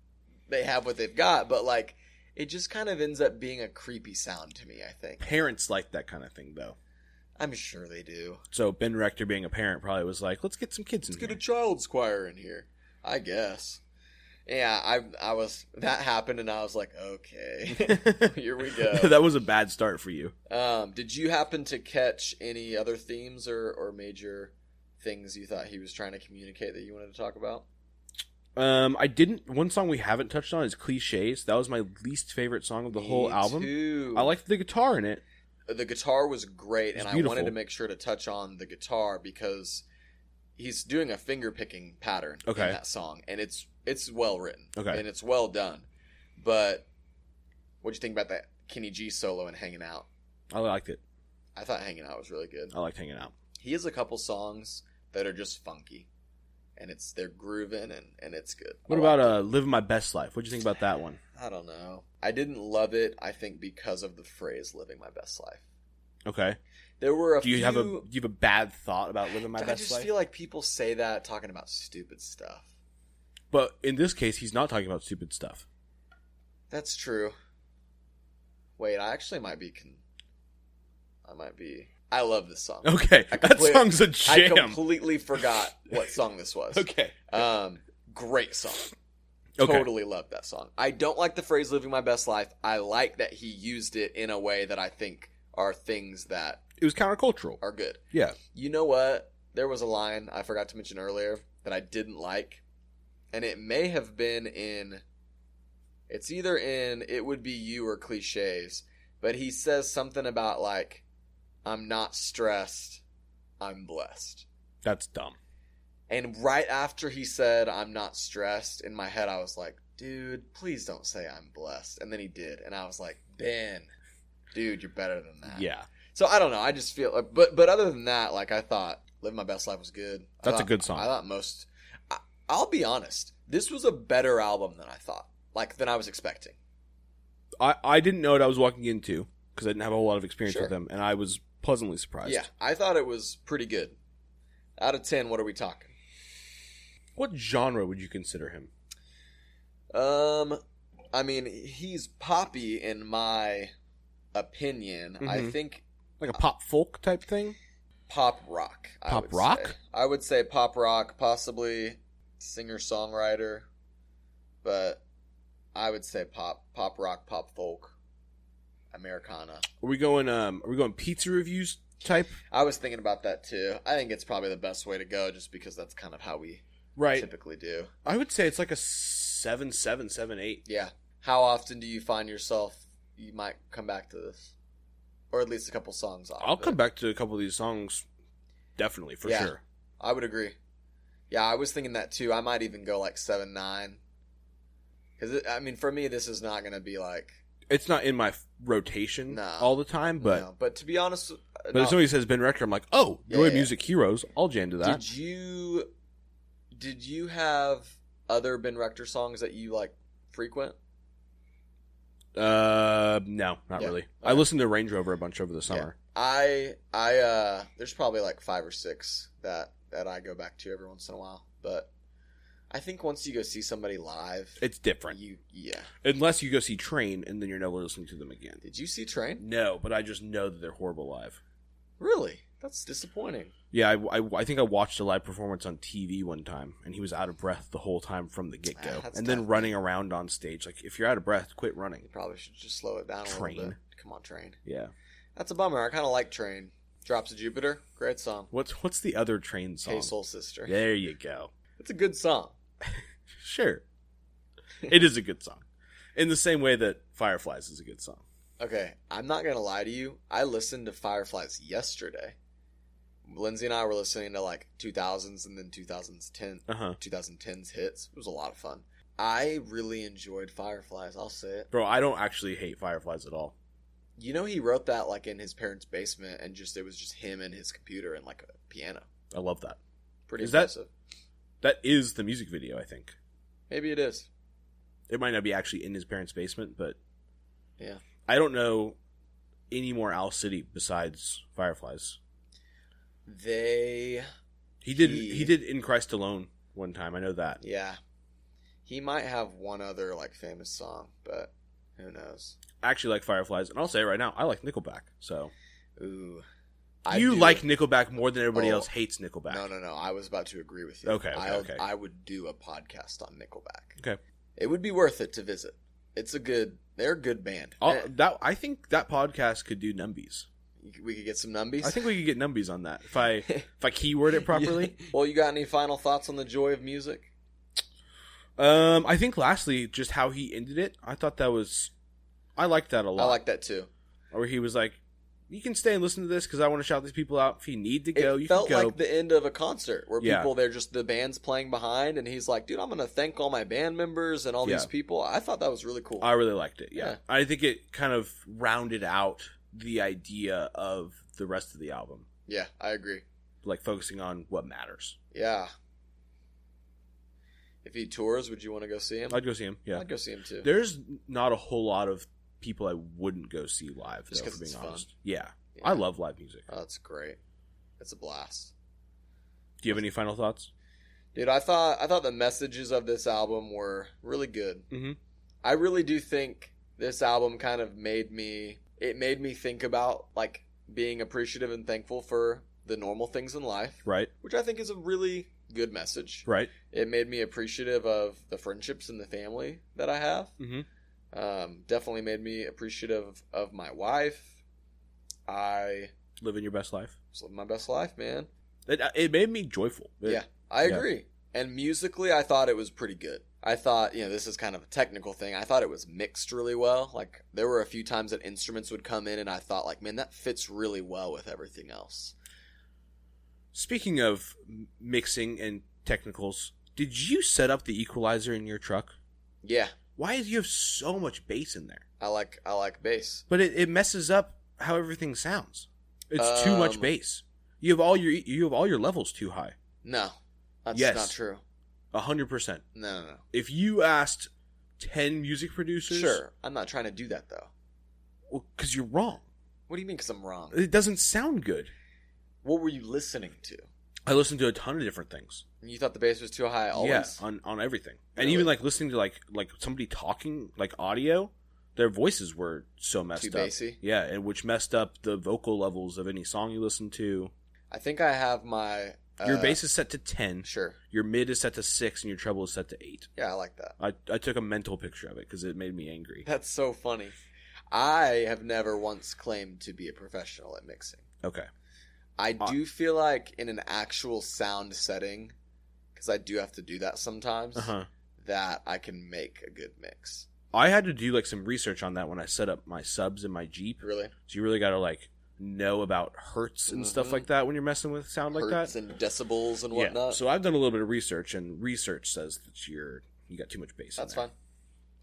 they have what they've got, but like it just kind of ends up being a creepy sound to me. I think
Parents like that kind of thing, though.
I'm sure they do.
So Ben Rector, being a parent, probably was like, "Let's get some kids in
Let's get
here."
a child's choir in here, I guess. Yeah, I I was that happened, and I was like, okay, here we go.
that was a bad start for you.
Um, did you happen to catch any other themes or or major things you thought he was trying to communicate that you wanted to talk about?
Um, I didn't. One song we haven't touched on is "Cliches." That was my least favorite song of Oh, the
Me
whole album.
too.
I liked the guitar in it.
the guitar was great,
It's
and I
beautiful.
wanted to make sure to touch on the guitar because he's doing a finger picking pattern
Okay.
in that song, and it's it's well written,
Okay.
and it's well done. But what do you think about that Kenny G solo and "Hanging Out"?
I liked it.
I thought "Hanging Out" was really good.
I liked hanging out.
He has a couple songs that are just funky, and it's they're grooving and and it's good.
What
I
about
liked
uh, "Living My Best Life"? What'd you think about that one?
it. I don't know. I didn't love it. I think because of the phrase "living my best life."
Okay.
There were a
Do you
few
have a do you have a bad thought about living my
I
best
just
life?
feel like people say that talking about stupid stuff.
But in this case, he's not talking about stupid stuff.
That's true. Wait, I actually might be. Con- I might be. I love this song.
Okay,
I
that
complete-
song's a
I
jam.
completely forgot what song this was.
okay,
Um, great song.
okay,
Totally love that song. I don't like the phrase "living my best life." I like that he used it in a way that I think are things that
it was countercultural.
are good.
Yeah.
You know what? There was a line I forgot to mention earlier that I didn't like, and it may have been in. It's either in It Would Be You or Cliches, but he says something about, like, I'm not stressed, I'm blessed.
That's dumb.
And right after he said, I'm not stressed, in my head, I was like, dude, please don't say I'm blessed. And then he did, and I was like, Ben, dude, you're better than that.
Yeah,
So I don't know. I just feel, but but other than that, like I thought, "Live My Best Life" was good. I
That's a
thought-
good song.
I thought most. I, I'll be honest. This was a better album than I thought, like than I was expecting.
I I didn't know what I was walking into because I didn't have a whole lot of experience
Sure.
with them, and I was pleasantly surprised.
Yeah, I thought it was pretty good. Out of ten, what are we talking?
What genre would you consider him?
Um, I mean, he's poppy in my opinion. I
Mhm.
think
Like a pop folk type thing?
pop rock. I
Pop
would
rock?
say. I would say pop rock, possibly singer songwriter, but I would say pop pop rock, pop folk, Americana.
Are we going um are we going pizza reviews type?
I was thinking about that too. I think it's probably the best way to go, just because that's kind of how we
Right.
typically do.
I would say it's like a s- seven seven seven eight.
Yeah. How often do you find yourself? You might come back to this, or at least a couple songs. Off
I'll
of it.
come back to a couple of these songs, definitely for
Yeah.
sure.
I would agree. Yeah, I was thinking that too. I might even go like seven nine. Because I mean, for me, this is not gonna be like.
It's not in my f- rotation
No.
all the time, but
no. but to be honest,
but
no,
if somebody says Ben Rector, I'm like, oh,
Yeah,
Joy
yeah,
Music Heroes, I'll jam to that.
did you did you have other Ben Rector songs that you like frequent?
Uh, no, not
Yeah.
really. I
Okay.
listened to Range Rover a bunch over the summer.
I I uh there's probably like five or six that that I go back to every once in a while, but I think once you go see somebody live,
It's different,
you yeah.
unless you go see Train, and then you're never listening to them again.
Did you see Train?
No, but I just know that they're horrible live.
Really? That's disappointing.
Yeah, I, I, I think I watched a live performance on TV one time, and he was out of breath the whole time from the get
Ah,
go,
that's
and then
tough.
running around on stage. Like, if you're out of breath, quit running.
You probably should just slow it down a
Train.
little bit. Come on, Train.
Yeah.
That's a bummer. I kind of like Train. Drops of Jupiter, great song.
What's what's the other train song?
Hey, Soul Sister.
There you go.
It's a good song.
Sure, it is a good song. In the same way that Fireflies is a good song.
Okay, I'm not gonna lie to you. I listened to Fireflies yesterday. Lindsay and I were listening to like 2000s and then 2010
Uh huh.
2010s hits. It was a lot of fun. I really enjoyed Fireflies. I'll say it.
Bro, I don't actually hate Fireflies at all.
You know, he wrote that like in his parents' basement, and just it was just him and his computer and like a piano.
I love that.
Pretty
Is that-
impressive.
That is the music video. I think
Maybe it is.
it might not be actually in his parents' basement, but
Yeah.
I don't know any more Owl City besides Fireflies.
They,
He did.
He-
He, did in Christ alone one time. I know that.
yeah, he might have one other like famous song, but who knows?
I actually like Fireflies, and I'll say it right now, I like Nickelback. So
Ooh,
you
do-
like Nickelback more than everybody
Oh.
else hates Nickelback.
No, no, no. I was about to agree with you.
Okay, okay,
I'll-
okay.
I would do a podcast on Nickelback.
Okay.
It would be worth it to visit. It's a good. They're a good band.
I'll- that I think that podcast could do numbies.
Eh, we could get some numbies.
I think we could get numbies on that if I if I keyword it properly.
well, you got any final thoughts on the joy of music?
Um, I think lastly, just how he ended it, I thought that was, I liked that a
I
lot.
like that too.
where he was like, "You can stay and listen to this because I want to shout these people out. If you need to
It
go, you can
felt
go."
like the end of a concert where
Yeah.
people they're just the band's playing behind, and he's like, "Dude, I'm gonna thank all my band members and all these
Yeah.
people." I thought that was really cool.
I really liked it. Yeah.
Yeah.
I think it kind of rounded out the idea of the rest of the album,
yeah, I agree.
like focusing on what matters.
Yeah. If he tours, would you want to go see him?
I'd go see him. Yeah,
I'd go see him too.
there's not a whole lot of people I wouldn't go see live.
Just
though,
'cause
for being
it's fun.
honest, yeah.
Yeah.
I love live music.
Oh, that's great. It's a blast.
Do you have any final thoughts?
Dude, I thought I thought the messages of this album were really good.
Mhm.
I really do think this album kind of made me it made me think about like being appreciative and thankful for the normal things in life,
Right,
which I think is a really good message.
right.
It made me appreciative of the friendships and the family that I have.
Mhm.
Um, definitely made me appreciative of my wife. I
Living your best life.
just lived my best life, man.
It, it made me joyful. It-
Yeah, I
Yeah.
agree. And musically, I thought it was pretty good. I thought, you know, this is kind of a technical thing. I thought it was mixed really well. Like, there were a few times that instruments would come in, and I thought, like, man, that fits really well with everything else.
Speaking of m- mixing and technicals, did you set up the equalizer in your truck?
Yeah,
Why do you have so much bass in there?
I like I like bass.
But it, it messes up how everything sounds. It's too much
Um,
bass. You have all your you have all your levels too high.
No, that's
Yes.
not true.
A hundred percent.
No, no, no.
If you asked ten music producers,
Sure, I'm not trying to do that though.
because you're wrong.
What do you mean? Because I'm wrong.
It doesn't sound good.
What were you listening to?
I listened to a ton of different things.
And you thought the bass was too high always?
Yeah, on on everything, and
Really?
even like listening to like like somebody talking like audio, their voices were so messed
Too
up.
bassy?
Yeah, and which messed up the vocal levels of any song you listen to.
I think I have my uh,
Your bass is set to ten.
Sure.
Your mid is set to six, and your treble is set to eight.
Yeah, I like that.
I, I took a mental picture of it because it made me angry.
That's so funny. I have never once claimed to be a professional at mixing.
Okay.
I
Uh,
do feel like in an actual sound setting, because I do have to do that sometimes,
Uh huh.
that I can make a good mix.
I had to do like some research on that when I set up my subs in my Jeep.
Really,
So you really got to like know about hertz and
Mhm.
stuff like that when you're messing with sound like that.
hertz and decibels and whatnot.
Yeah. So I've done a little bit of research, and research says that you're you got too much bass. in
That's
there.
fine.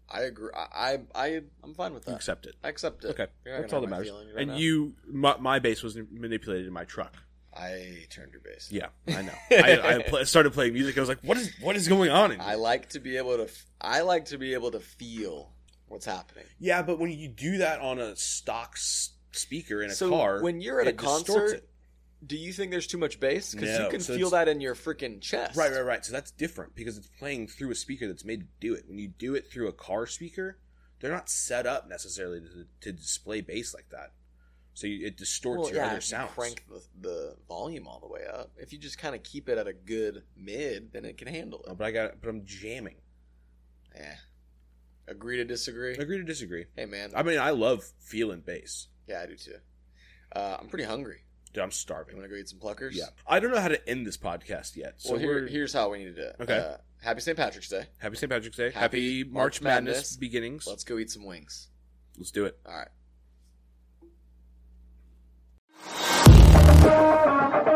I agree. I, I I I'm fine with
You
that.
accept it.
I accept it.
Okay.
You're not
That's
gonna
all that
have my
matters.
feelings right
And
now.
you, my, my bass was manipulated in my truck.
I turned your bass.
Yeah, I know. I, I pl- started playing music. I was like, "What is what is going on?" In
I
here?
like to be able to. F- I like to be able to feel what's happening
yeah, but when you do that on a stock s- speaker in a
so
car,
When you're at a
it distorts
concert, do you think there's too much bass? Because
No,
you can
so
feel
it's-
that in your freaking
it.
chest.
right, right, right. So that's different because it's playing through a speaker that's made to do it. When you do it through a car speaker, they're not set up necessarily to, to display bass like that. So you, it distorts
Well,
your
yeah,
other
if you
sounds.
crank the, the volume all the way up. If you just kind of keep it at a good mid, then it can handle
Oh,
it.
but I got, but I'm jamming.
Yeah. Agree to disagree.
Agree to disagree.
Hey man,
I mean, I love feeling bass.
yeah, I do too. Uh, I'm pretty hungry.
Dude, I'm
You
starving.
want to go eat some pluckers?
Yeah. I don't know how to end this podcast yet. So
well, here,
we're
here's how we need to do it.
Okay.
Uh, happy St. Patrick's Day.
happy St. Patrick's Day.
Happy
Happy,
March
March, Madness,
Madness.
beginnings. Let's,
Let's go eat some wings.
do it.
All right.